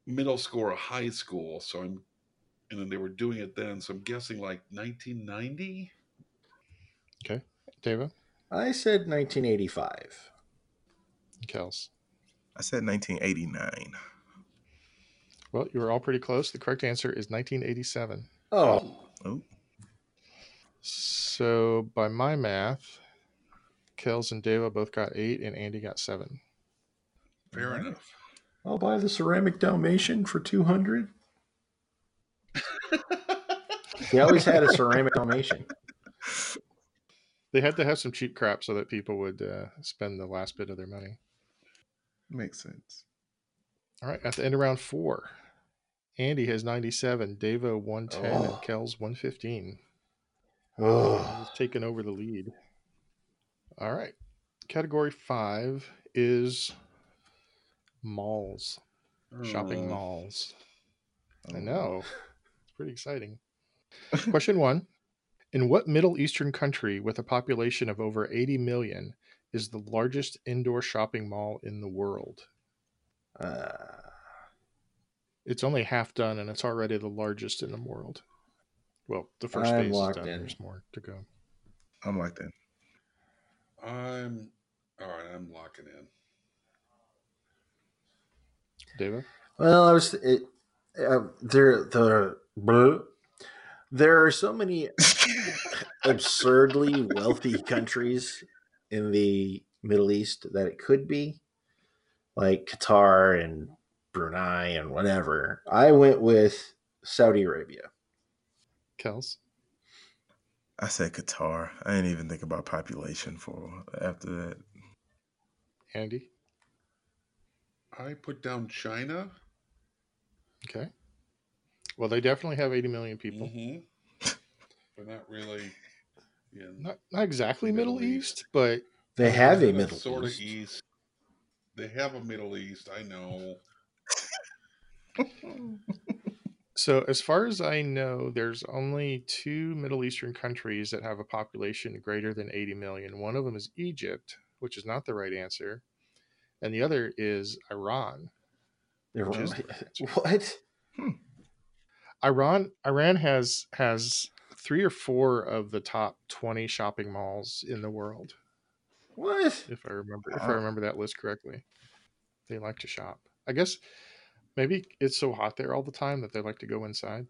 Speaker 3: middle school or high school. So I'm, and then they were doing it then. So I'm guessing like 1990.
Speaker 4: David,
Speaker 5: I said 1985.
Speaker 4: and Kels.
Speaker 2: I said 1989.
Speaker 4: Well, you were all pretty close. The correct answer is 1987.
Speaker 5: Oh,
Speaker 2: Oh,
Speaker 4: So, by my math, Kels and Deva both got eight, and Andy got seven.
Speaker 3: Fair
Speaker 5: Mm-hmm.
Speaker 2: Alright.
Speaker 3: enough.
Speaker 5: I'll buy the ceramic Dalmatian for 200. He always had a ceramic Dalmatian.
Speaker 4: They had to have some cheap crap so that people would uh, spend the last bit of their money.
Speaker 2: makes sense.
Speaker 4: All right, at the end of round four, Andy has 97, Deva 110, and
Speaker 5: Oh.
Speaker 4: Kels 115.
Speaker 5: Oh,
Speaker 4: He's taken over the lead. All right. Category five is malls, shopping
Speaker 3: Uh,
Speaker 4: malls. I
Speaker 2: Oh.
Speaker 4: know. It's pretty exciting. Question one In what Middle Eastern country with a population of over 80 million is the largest indoor shopping mall in the world?
Speaker 5: uh,
Speaker 4: It's only half done and it's already the largest in the world. Well, the 1st
Speaker 5: I'm
Speaker 4: phase is
Speaker 5: locked
Speaker 4: done.
Speaker 5: in.
Speaker 4: There's more to go.
Speaker 2: I'm like that.
Speaker 3: Uh, I'm, all right, I'm locking in.
Speaker 4: David?
Speaker 5: well, I was it, uh, there. The bleh. there are so many absurdly wealthy countries in the Middle East that it could be, like Qatar and Brunei and whatever. I went with Saudi Arabia.
Speaker 4: Kels?
Speaker 2: I said Qatar. I didn't even think about population for after that.
Speaker 4: Andy?
Speaker 3: I put down China.
Speaker 4: Okay. Well, they definitely have 80 million people.
Speaker 3: Mhm. but not really in
Speaker 4: not not exactly Middle,
Speaker 3: Middle
Speaker 4: East,
Speaker 3: East.
Speaker 4: but
Speaker 5: They have a
Speaker 3: Kinda
Speaker 5: Middle
Speaker 3: sorta
Speaker 5: East.
Speaker 3: east. They have a Middle East. I know.
Speaker 2: Hmm.
Speaker 4: so as far as I know, there's only two Middle Eastern countries that have a population greater than 80 million. One of them is Egypt, which is not the right answer, and the other is Iran.
Speaker 5: They're-
Speaker 4: Which is the right answer.
Speaker 5: What?
Speaker 4: Iran Iran has has three or four of the top 20 shopping malls in the world,
Speaker 5: What?
Speaker 4: if I remember if I
Speaker 2: Wow.
Speaker 4: remember that list correctly. They like to shop. I guess maybe it's so hot there all the time that they like to go inside.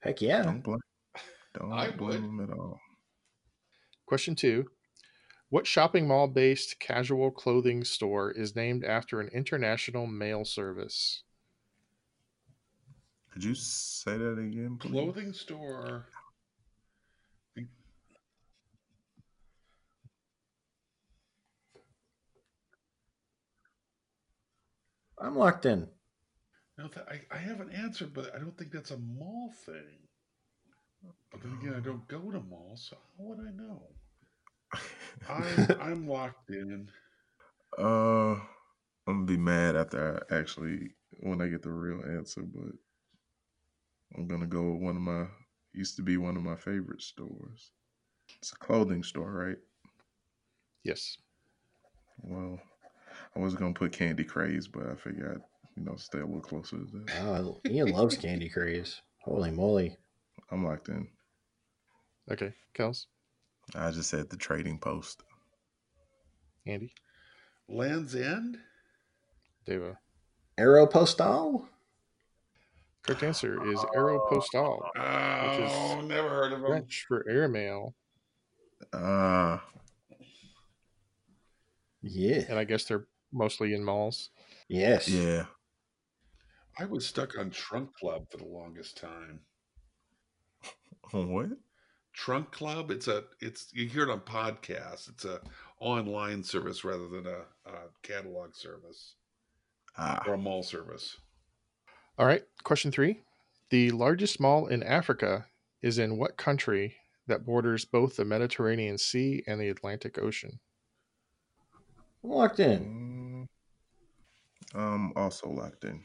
Speaker 5: Heck yeah.
Speaker 2: Don't blame.
Speaker 3: I
Speaker 2: Don't
Speaker 3: would.
Speaker 2: blame them at all.
Speaker 4: Question two What shopping mall based casual clothing store is named after an international mail service?
Speaker 2: Could you say that again,
Speaker 5: Mm-hmm.
Speaker 2: please?
Speaker 3: Clothing store.
Speaker 5: I'm locked in.
Speaker 3: Now that I, I have an answer, but I don't think that's a mall thing. But then again, I don't go to malls, so how would I know? I, I'm locked in.
Speaker 2: Uh, I'm gonna be mad after I actually when I get the real answer, but I'm gonna go with one of my used to be one of my favorite stores. It's a clothing store, right?
Speaker 4: Yes.
Speaker 2: Well, I was gonna put Candy Craze, but I figured I'd, you know stay a little closer to that.
Speaker 5: Oh, Ian loves Candy Craze. Holy moly.
Speaker 2: I'm locked in.
Speaker 4: Okay. Kels,
Speaker 2: I just said the Trading Post.
Speaker 4: Andy,
Speaker 3: Land's End?
Speaker 4: Deva.
Speaker 5: Aeropostal?
Speaker 4: Correct answer is Aeropostal,
Speaker 3: Oh, never heard of them.
Speaker 4: French for airmail.
Speaker 2: Ah,
Speaker 5: Yeah.
Speaker 4: And I guess they're mostly in malls.
Speaker 5: Yes.
Speaker 2: yeah.
Speaker 3: I was stuck on Trunk Club for the longest time.
Speaker 2: What?
Speaker 3: Trunk Club. It's a it's you hear it on podcasts. It's a online service rather than a, a catalog service
Speaker 2: Ah,
Speaker 3: or a mall service.
Speaker 4: All right. Question three. The largest mall in Africa is in what country that borders both the Mediterranean Sea and the Atlantic Ocean?
Speaker 5: I'm locked in.
Speaker 2: mm, I'm also locked in.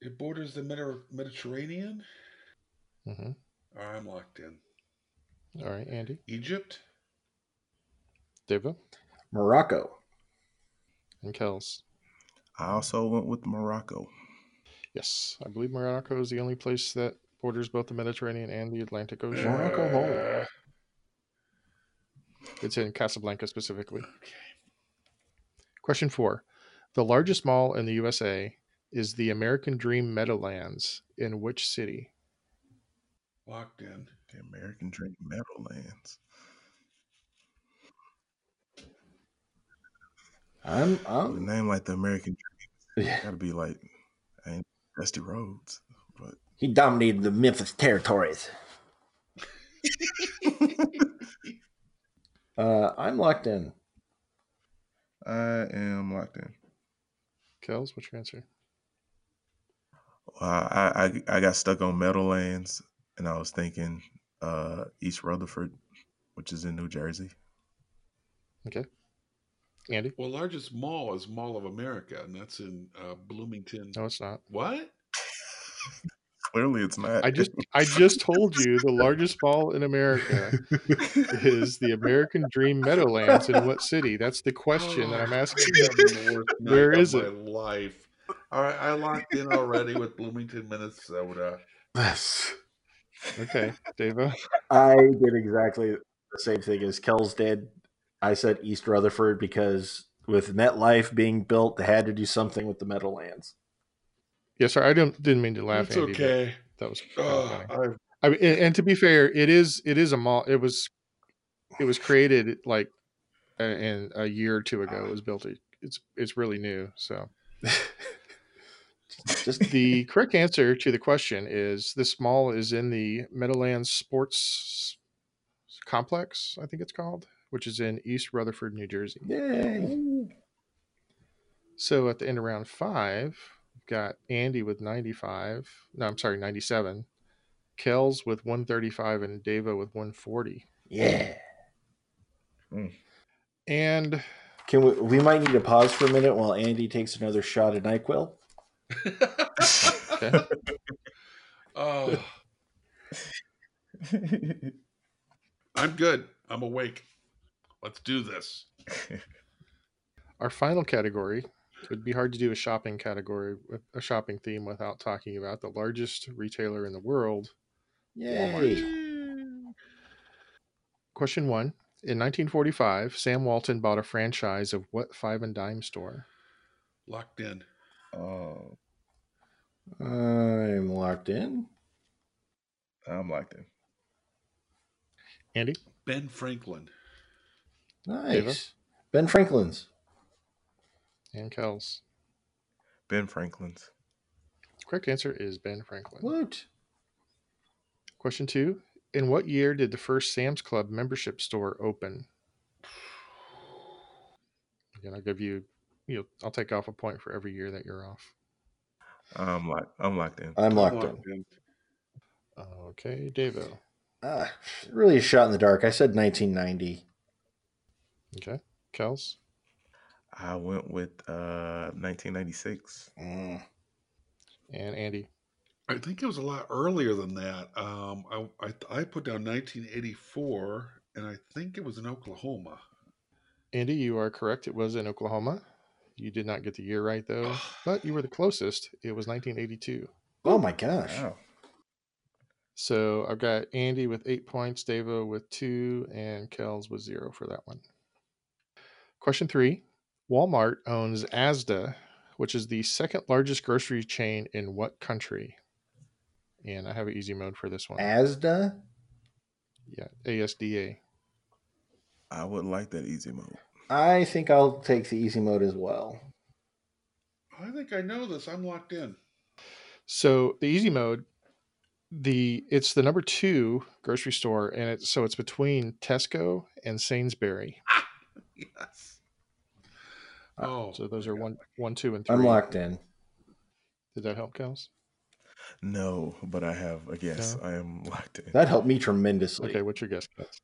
Speaker 3: It borders the Medi- Mediterranean.
Speaker 4: hmm
Speaker 3: I'm locked in.
Speaker 4: All right. Andy,
Speaker 3: Egypt.
Speaker 4: Deva,
Speaker 5: Morocco.
Speaker 4: and Kels.
Speaker 2: I also went with Morocco.
Speaker 4: Yes. I believe Morocco is the only place that borders both the Mediterranean and the Atlantic Ocean.
Speaker 5: Morocco, hold on.
Speaker 3: Uh,
Speaker 4: It's in Casablanca specifically.
Speaker 3: okay.
Speaker 4: Question four. The largest mall in the USA is the American Dream Meadowlands in which city?
Speaker 3: Locked in.
Speaker 2: The American Dream Meadowlands.
Speaker 5: I'm
Speaker 4: Oh.
Speaker 2: With a
Speaker 5: I'm
Speaker 2: name like the American Dream, gotta be like, ain't Dusty Roads, but
Speaker 5: he dominated the Memphis territories. Uh I'm locked in.
Speaker 2: I am locked in.
Speaker 4: Kels, what's your answer?
Speaker 2: Well, I, I I got stuck on Meadowlands, and I was thinking uh, East Rutherford, which is in New Jersey.
Speaker 4: Andy?
Speaker 3: Well, largest mall is Mall of America, and that's in uh, Bloomington.
Speaker 4: No, it's not.
Speaker 3: What?
Speaker 4: Oh,
Speaker 2: Clearly, it's not.
Speaker 4: I just I just told you the largest mall in America is the American Dream Meadowlands in what city? That's the question that I'm
Speaker 3: Oh,
Speaker 4: asking.
Speaker 3: I'm having the worst night
Speaker 4: Where
Speaker 3: of
Speaker 4: is
Speaker 3: my
Speaker 4: it?
Speaker 3: life. All right, I locked in already with Bloomington, Minnesota.
Speaker 5: Yes.
Speaker 4: Okay, Deva.
Speaker 5: I did exactly the same thing as Kells did. I said East Rutherford because with MetLife being built, they had to do something with the Meadowlands.
Speaker 4: Yeah, sorry, I didn't didn't mean to laugh.
Speaker 3: It's
Speaker 4: Andy, but
Speaker 3: okay.
Speaker 4: That was kinda
Speaker 3: Oh,
Speaker 4: funny.
Speaker 3: I
Speaker 4: I mean, and, and to be fair, it is it is a mall. It was it was created like a, in a year or two ago. It was built. It's it's really new. So
Speaker 5: Just
Speaker 4: the correct answer to the question is this mall is in the Meadowlands Sports Complex, I think it's called, which is in East Rutherford, New Jersey.
Speaker 5: yay.
Speaker 4: So at the end of round five, we've got Andy with 95. No, I'm sorry, 97. Kells with 135 and Deva with 140.
Speaker 5: Yeah.
Speaker 4: And
Speaker 5: Can we we might need to pause for a minute while Andy takes another shot at NyQuil.
Speaker 4: Okay.
Speaker 3: oh, I'm good. I'm awake. Let's do this.
Speaker 4: our final category it would be hard to do a shopping category, a shopping theme without talking about the largest retailer in the world,
Speaker 5: Yay.
Speaker 4: Question one. In 1945, Sam Walton bought a franchise of what five and dime store?
Speaker 3: Locked in.
Speaker 2: oh,
Speaker 5: I'm locked in.
Speaker 2: I'm locked in.
Speaker 4: Andy?
Speaker 3: Ben Franklin.
Speaker 5: Nice. Ben Franklin's.
Speaker 4: And Kells.
Speaker 2: Ben Franklin's.
Speaker 4: Correct answer is Ben Franklin.
Speaker 5: Woot.
Speaker 4: Question two. In what year did the first Sam's Club membership store open? Again, I'll give you, you know, I'll take off a point for every year that you're off. Uh
Speaker 2: I'm locked. I'm locked in.
Speaker 5: I'm
Speaker 3: I'm
Speaker 5: locked in.
Speaker 3: in.
Speaker 4: Okay, Davo.
Speaker 5: Ah, really a shot in the dark. I said 1990.
Speaker 4: Okay, Kels.
Speaker 2: I went with uh 1996.
Speaker 5: Mm.
Speaker 4: And Andy.
Speaker 3: I think it was a lot earlier than that. Um, I, I I put down 1984, and I think it was in Oklahoma.
Speaker 4: Andy, you are correct. It was in Oklahoma. You did not get the year right, though, but you were the closest. It was 1982.
Speaker 5: Oh my gosh.
Speaker 2: Wow.
Speaker 4: So I've got Andy with eight points, Davo with two, and Kells with zero for that one. Question three Walmart owns Asda, which is the second largest grocery chain in what country? And I have an easy mode for this one.
Speaker 5: Asda?
Speaker 4: yeah, ASDA.
Speaker 2: I would like that easy mode.
Speaker 5: I think I'll take the easy mode as well.
Speaker 3: I think I know this. I'm locked in.
Speaker 4: So the easy mode, the it's the number two grocery store, and it's so it's between Tesco and Sainsbury.
Speaker 3: Yes.
Speaker 5: Ah,
Speaker 3: Oh,
Speaker 4: Uh, So those are one, one, two, and 3
Speaker 5: I'm locked in.
Speaker 4: Did that help, Kels?
Speaker 2: No, but I have a guess.
Speaker 4: No.
Speaker 2: I am locked in.
Speaker 5: That helped me tremendously.
Speaker 4: Okay, what's your guess, Kels?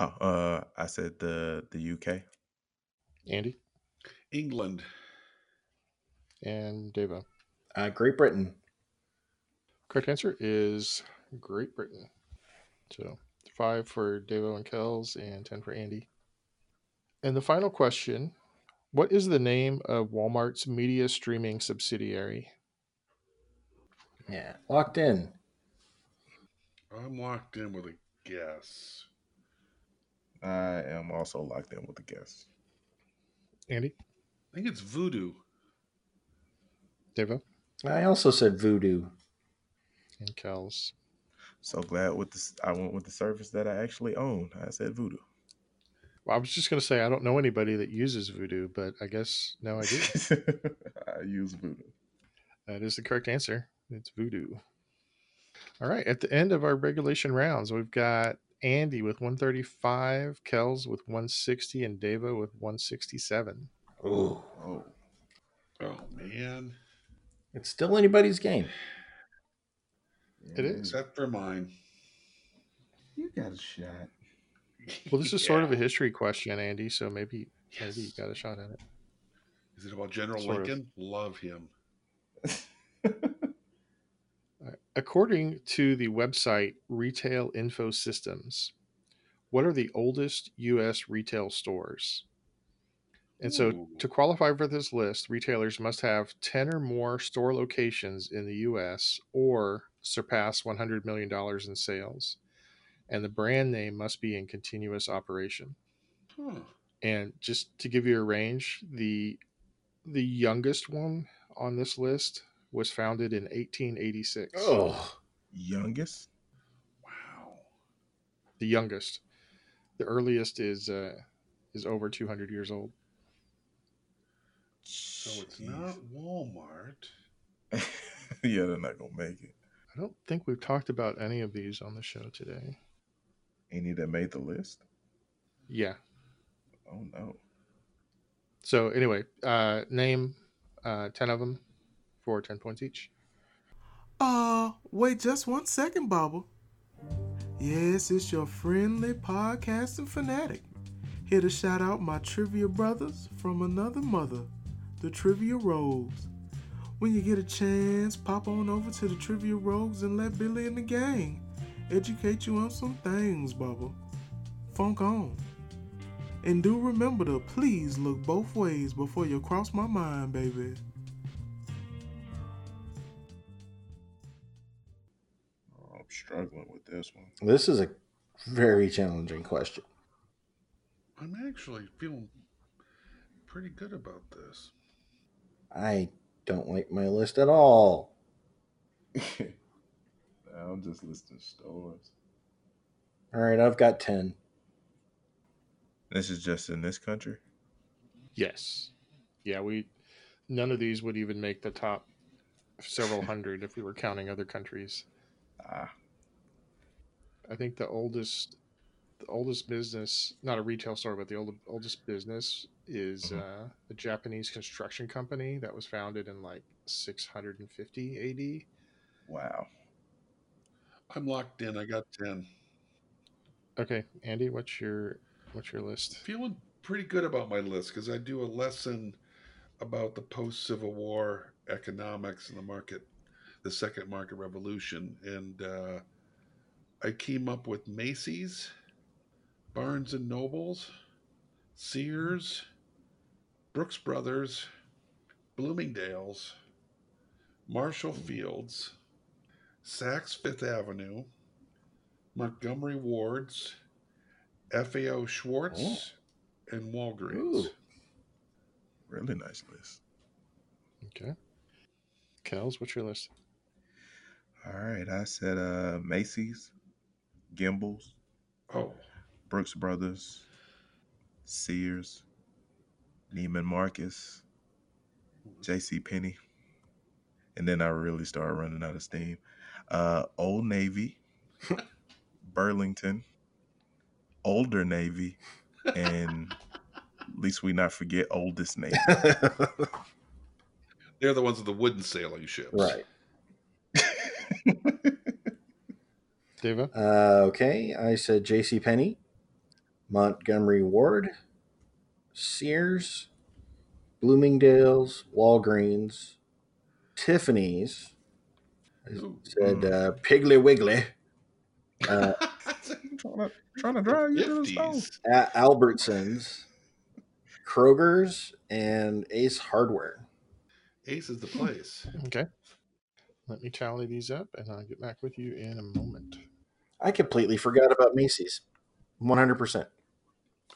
Speaker 2: Oh, uh, I said the the UK.
Speaker 4: Andy
Speaker 3: England.
Speaker 4: and Davo.
Speaker 5: Uh, Great Britain.
Speaker 4: Correct answer is Great Britain. So five for Davo and Kells and 10 for Andy. And the final question What is the name of Walmart's media streaming subsidiary?
Speaker 5: Yeah. Locked in.
Speaker 3: I'm locked in with a guess.
Speaker 2: I am also locked in with a guess.
Speaker 4: Andy,
Speaker 3: I think it's voodoo.
Speaker 4: Davo,
Speaker 5: I also said voodoo.
Speaker 4: and Kells.
Speaker 2: So glad with this. I went with the service that I actually own. I said Voodoo.
Speaker 4: Well, I was just going to say, I don't know anybody that uses Voodoo, but I guess now I do.
Speaker 2: I use Voodoo.
Speaker 4: That is the correct answer. It's voodoo. All right. At the end of our regulation rounds, we've got Andy with 135, Kells with 160, and Davo with 167.
Speaker 5: Ooh.
Speaker 2: Oh,
Speaker 3: Oh man,
Speaker 5: It's still anybody's game.
Speaker 4: It is.
Speaker 3: except for mine.
Speaker 2: You got a shot.
Speaker 4: Well, this is sort of a history question, Andy. So maybe
Speaker 3: Yes.
Speaker 4: maybe you got a shot at it.
Speaker 3: Is it about General
Speaker 4: Sort of.
Speaker 3: Lincoln? Love him.
Speaker 4: All right. According to the website Retail Info Systems, what are the oldest U.S. retail stores? And so,
Speaker 3: Ooh.
Speaker 4: to qualify for this list, retailers must have 10 or more store locations in the US or surpass $100 million in sales. And the brand name must be in continuous operation.
Speaker 3: Huh.
Speaker 4: And just to give you a range, the the youngest one on this list was founded in 1886.
Speaker 5: Oh.
Speaker 2: Youngest?
Speaker 3: Wow.
Speaker 4: The youngest. The earliest is uh, is over 200 years old.
Speaker 3: So it's not Walmart.
Speaker 2: yeah, they're not gonna make it.
Speaker 4: I don't think we've talked about any of these on the show today.
Speaker 2: Any that made the list?
Speaker 4: Yeah,
Speaker 2: Oh no.
Speaker 4: So anyway, uh, name uh, ten of them for ten points each.
Speaker 6: Uh, wait just one second, Bubba. Yes, it's your friendly podcasting fanatic. Here to shout out my trivia brothers from another mother, the Trivia Rogues. When you get a chance, pop on over to the Trivia Rogues and let Billy and the gang educate you on some things, Bubba. Funk on. And do remember to please look both ways before you cross my mind, baby.
Speaker 2: Oh, I'm struggling with this one.
Speaker 5: This is a very challenging question.
Speaker 3: I'm actually feeling pretty good about this.
Speaker 5: I don't like my list at all.
Speaker 2: I'm just listing stores.
Speaker 5: All right, I've got 10.
Speaker 2: This is just in this country.
Speaker 4: Yes. Yeah, we none of these would even make the top several hundred if we were counting other countries.
Speaker 2: Ah,
Speaker 4: I think the oldest the oldest business, not a retail store, but the old, oldest business is uh, a Japanese construction company that was founded in like 650 AD.
Speaker 2: wow.
Speaker 3: I'm locked in. I got ten.
Speaker 4: Okay, Andy, what's your what's your list?
Speaker 3: Feeling pretty good about my list because I do a lesson about the post Civil War economics and the market, the second market revolution, and uh, I came up with Macy's, Barnes and Nobles, Sears, Brooks Brothers, Bloomingdale's, Marshall Fields, Saks Fifth Avenue, Montgomery Ward's, FAO Schwartz, and Walgreens.
Speaker 5: Ooh.
Speaker 2: Really nice list.
Speaker 4: Okay, Kels, what's your list?
Speaker 2: All right, I said uh Macy's, Gimbals,
Speaker 3: Oh,
Speaker 2: Brooks Brothers, Sears, Neiman Marcus, J.C. Penney, and then I really started running out of steam. Uh, Old Navy, Burlington, Older Navy, and at least we not forget Oldest Navy.
Speaker 3: they're the ones with the wooden sailing ships.
Speaker 5: right.
Speaker 4: Deva,
Speaker 5: Uh, okay, I said J.C. Penney, Montgomery Ward, Sears, Bloomingdale's, Walgreens, Tiffany's. I
Speaker 3: Ooh.
Speaker 5: said uh, Piggly Wiggly, uh,
Speaker 2: trying, to, trying to drive you to the store.
Speaker 3: Fifties.
Speaker 5: A- Albertsons, Kroger's, and Ace Hardware.
Speaker 3: Ace is the place.
Speaker 4: okay. Let me tally these up, and I'll get back with you in a moment.
Speaker 5: I completely forgot about Macy's. One hundred percent.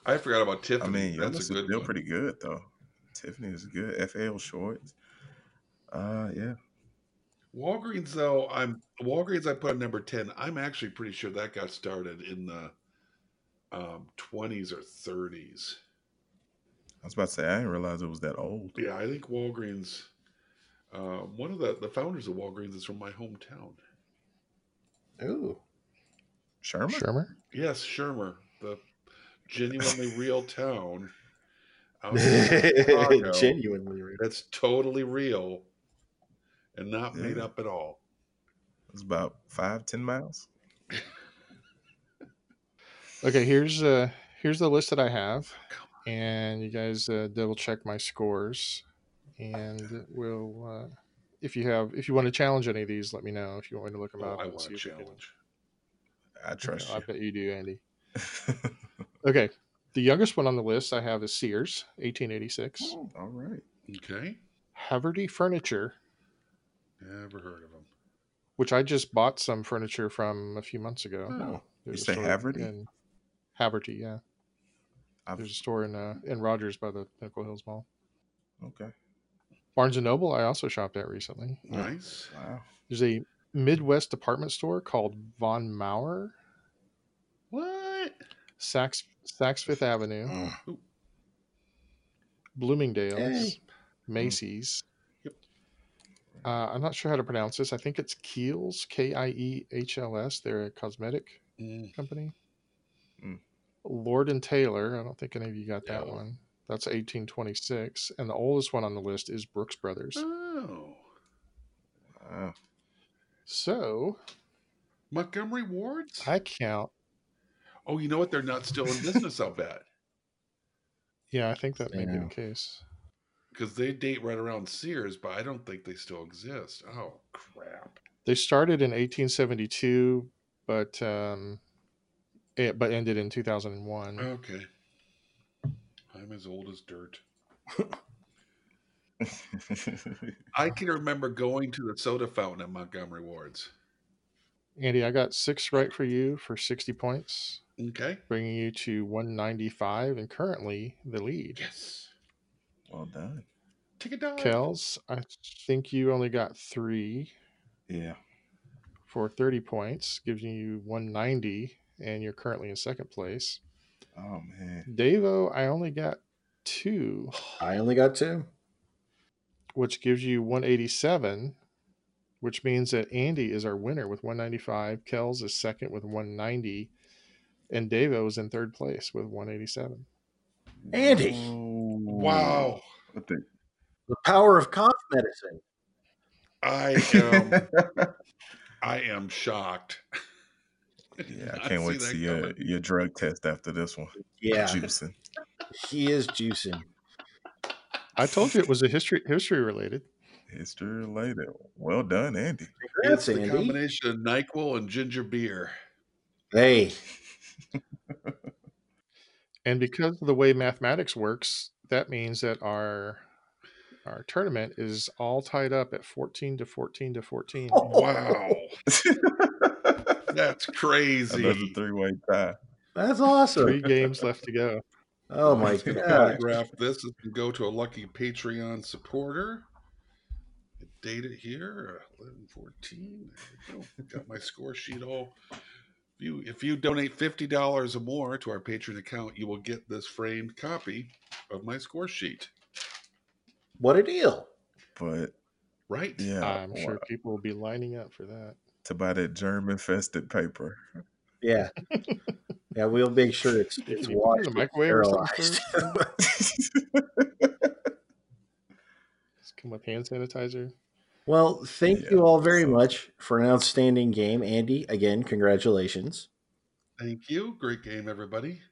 Speaker 3: I forgot about
Speaker 2: I
Speaker 3: Tiffany.
Speaker 2: mean, your
Speaker 3: That's
Speaker 2: list
Speaker 3: a
Speaker 2: is
Speaker 3: good
Speaker 2: still
Speaker 3: one.
Speaker 2: pretty good though. Tiffany is good. FL Shorts. Uh, yeah.
Speaker 3: Walgreens, though, I'm Walgreens. I put at number ten. I'm actually pretty sure that got started in the um, 20s or 30s.
Speaker 2: I was about to say I didn't realize it was that old.
Speaker 3: Yeah, I think Walgreens. Uh, one of the the founders of Walgreens is from my hometown.
Speaker 5: Ooh,
Speaker 2: Sherman.
Speaker 4: Shermer,
Speaker 3: Yes, Shermer, the genuinely real town
Speaker 4: Oh,
Speaker 3: outside of Chicago
Speaker 5: genuinely. right.
Speaker 3: that's totally real and not made
Speaker 2: Yeah.
Speaker 3: up at all.
Speaker 2: It's about five, ten miles.
Speaker 4: Okay, here's uh here's the list that I have, and you guys uh, double check my scores, and we'll uh, if you have if you want to challenge any of these, let me know. If you want me to look them
Speaker 3: Oh,
Speaker 4: up,
Speaker 3: I
Speaker 4: and
Speaker 3: want
Speaker 4: see
Speaker 3: a
Speaker 4: if we can-
Speaker 3: challenge.
Speaker 2: I trust
Speaker 4: I bet you do, Andy.
Speaker 2: you.
Speaker 4: Okay, the youngest one on the list I have is Sears, 1886.
Speaker 2: Oh, All right.
Speaker 3: Okay,
Speaker 4: Haverty Furniture,
Speaker 3: never heard of him.
Speaker 4: which I just bought some furniture from a few months ago.
Speaker 5: Oh,
Speaker 4: There's
Speaker 2: You
Speaker 4: a
Speaker 2: say
Speaker 4: store
Speaker 2: Haverty?
Speaker 4: in- Haverty, yeah.
Speaker 2: I've-
Speaker 4: There's a store in uh, in Rogers by the Pinnacle Hills Mall.
Speaker 2: Okay.
Speaker 4: Barnes and Noble, I also shopped at recently.
Speaker 3: Nice.
Speaker 2: Wow.
Speaker 4: There's a Midwest department store called Von Mauer,
Speaker 3: What?
Speaker 4: Saks, Saks Fifth Avenue,
Speaker 5: Mm.
Speaker 4: Bloomingdale's,
Speaker 5: Hey.
Speaker 4: Macy's.
Speaker 3: Yep.
Speaker 4: Uh, I'm not sure how to pronounce this. I think it's Kiehl's, K I E H L S. They're a cosmetic
Speaker 3: Mm,
Speaker 4: company.
Speaker 2: Mm.
Speaker 4: Lord and Taylor. I don't think any of you got that
Speaker 3: No.
Speaker 4: one. That's 1826. And the oldest one on the list is Brooks Brothers.
Speaker 3: Oh,
Speaker 2: Wow.
Speaker 4: So
Speaker 3: Montgomery Ward's.
Speaker 4: I count.
Speaker 3: Oh, you know what? They're not still in business. I'll bet
Speaker 4: Yeah, I think that may be
Speaker 5: Yeah.
Speaker 4: the case.
Speaker 3: because they date right around Sears, but I don't think they still exist. Oh crap!
Speaker 4: they started in 1872 but um it, but ended in 2001
Speaker 3: Okay, I'm as old as dirt. I can remember going to the soda fountain at Montgomery Ward's.
Speaker 4: andy i got six right for you for 60 points
Speaker 3: Okay.
Speaker 4: bringing you to 195 and currently the lead
Speaker 3: Yes.
Speaker 2: well done.
Speaker 3: Take a dive.
Speaker 4: kells i think you only got three
Speaker 2: Yeah.
Speaker 4: for 30 points giving you 190 and you're currently in second place
Speaker 2: Oh man.
Speaker 4: davo i only got two
Speaker 5: I only got two.
Speaker 4: which gives you 187, which means that Andy is our winner with 195. Kells is second with 190. And Davo is in third place with 187.
Speaker 5: Andy.
Speaker 2: Whoa.
Speaker 3: Wow.
Speaker 2: What the-
Speaker 5: The power of cough medicine.
Speaker 3: I am I am shocked.
Speaker 2: Yeah, I
Speaker 3: I
Speaker 2: can't
Speaker 3: see
Speaker 2: wait to
Speaker 3: that
Speaker 2: see your,
Speaker 3: coming.
Speaker 2: your drug test after this one.
Speaker 5: Yeah,
Speaker 2: Juicing.
Speaker 5: he is juicing.
Speaker 4: I told you it was a history history related.
Speaker 2: History related. Well done, Andy.
Speaker 5: Congrats,
Speaker 3: it's the
Speaker 5: Andy.
Speaker 3: combination of NyQuil and ginger beer.
Speaker 5: Hey,
Speaker 4: And because of the way mathematics works, that means that our our tournament is all tied up at 14 to 14 to 14.
Speaker 5: Oh,
Speaker 3: Wow,
Speaker 2: Another
Speaker 3: that's crazy.
Speaker 2: three way tie.
Speaker 5: that's
Speaker 4: Three
Speaker 5: awesome.
Speaker 4: games left to go.
Speaker 5: Oh my
Speaker 2: Three-
Speaker 5: god.
Speaker 3: Photograph this and go to a lucky Patreon supporter. Date it here, eleven fourteen. Got my score sheet all. If you if you donate fifty dollars or more to our Patreon account, you will get this framed copy of my score sheet.
Speaker 5: What a deal.
Speaker 2: But
Speaker 3: Right?
Speaker 2: yeah,
Speaker 4: I'm sure
Speaker 2: wow.
Speaker 4: people will be lining up for that.
Speaker 2: to buy that germ infested paper.
Speaker 5: Yeah. Yeah, we'll make sure it's it's
Speaker 4: You put it
Speaker 5: washed.
Speaker 4: in the
Speaker 5: and
Speaker 4: microwave or something
Speaker 5: sterilized.
Speaker 4: Just come with hand sanitizer.
Speaker 5: Well, thank
Speaker 2: Yeah,
Speaker 5: you all very
Speaker 2: so-
Speaker 5: much for an outstanding game, Andy. Again, congratulations.
Speaker 3: Thank you. Great game, everybody.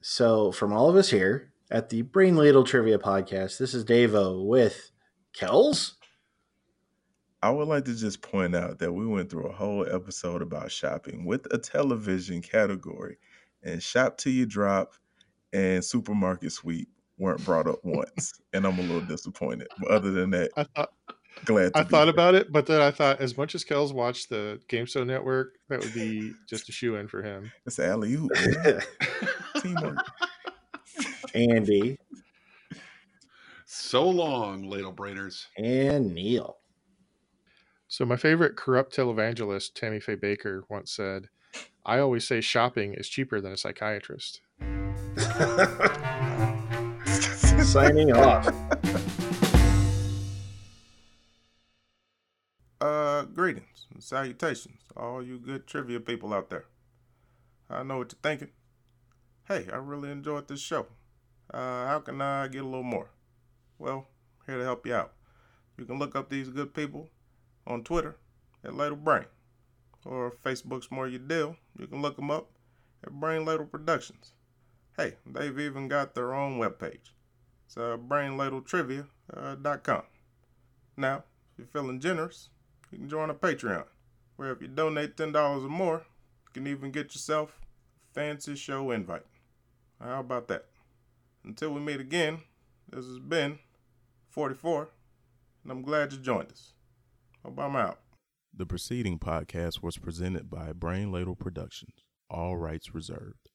Speaker 5: So, from all of us here at the Brain Ladle Trivia Podcast, this is Davo with Kells.
Speaker 2: I would like to just point out that we went through a whole episode about shopping with a television category, and shop till you drop and supermarket sweep weren't brought up once, and I'm a little disappointed. But other than that,
Speaker 4: I thought
Speaker 2: glad to
Speaker 4: I
Speaker 2: be
Speaker 4: thought
Speaker 2: here.
Speaker 4: about it, but then I thought as much as Kells watched the GameStone Network, that would be just a shoe in for him.
Speaker 2: it's alley oop teamwork.
Speaker 5: Andy
Speaker 3: so long, ladle brainers.
Speaker 5: and Neil.
Speaker 4: So my favorite corrupt televangelist, Tammy Faye Baker, once said, I always say shopping is cheaper than a psychiatrist.
Speaker 5: Signing off.
Speaker 7: Uh, greetings and salutations, to all you good trivia people out there. I know what you're thinking. Hey, I really enjoyed this show. Uh, how can I get a little more? Well, here to help you out. You can look up these good people on Twitter at Ladle Brain, or Facebook's More Your Deal. You can look them up at Brain Ladle Productions. Hey, they've even got their own webpage. It's uh, brainladletrivia.com. Now, if you're feeling generous, you can join a Patreon, where if you donate ten dollars or more, you can even get yourself a fancy show invite. How about that? Until we meet again, this has been 44, and I'm glad you joined us. Hope I'm out. The preceding podcast was presented by Brain Ladle Productions, all rights reserved.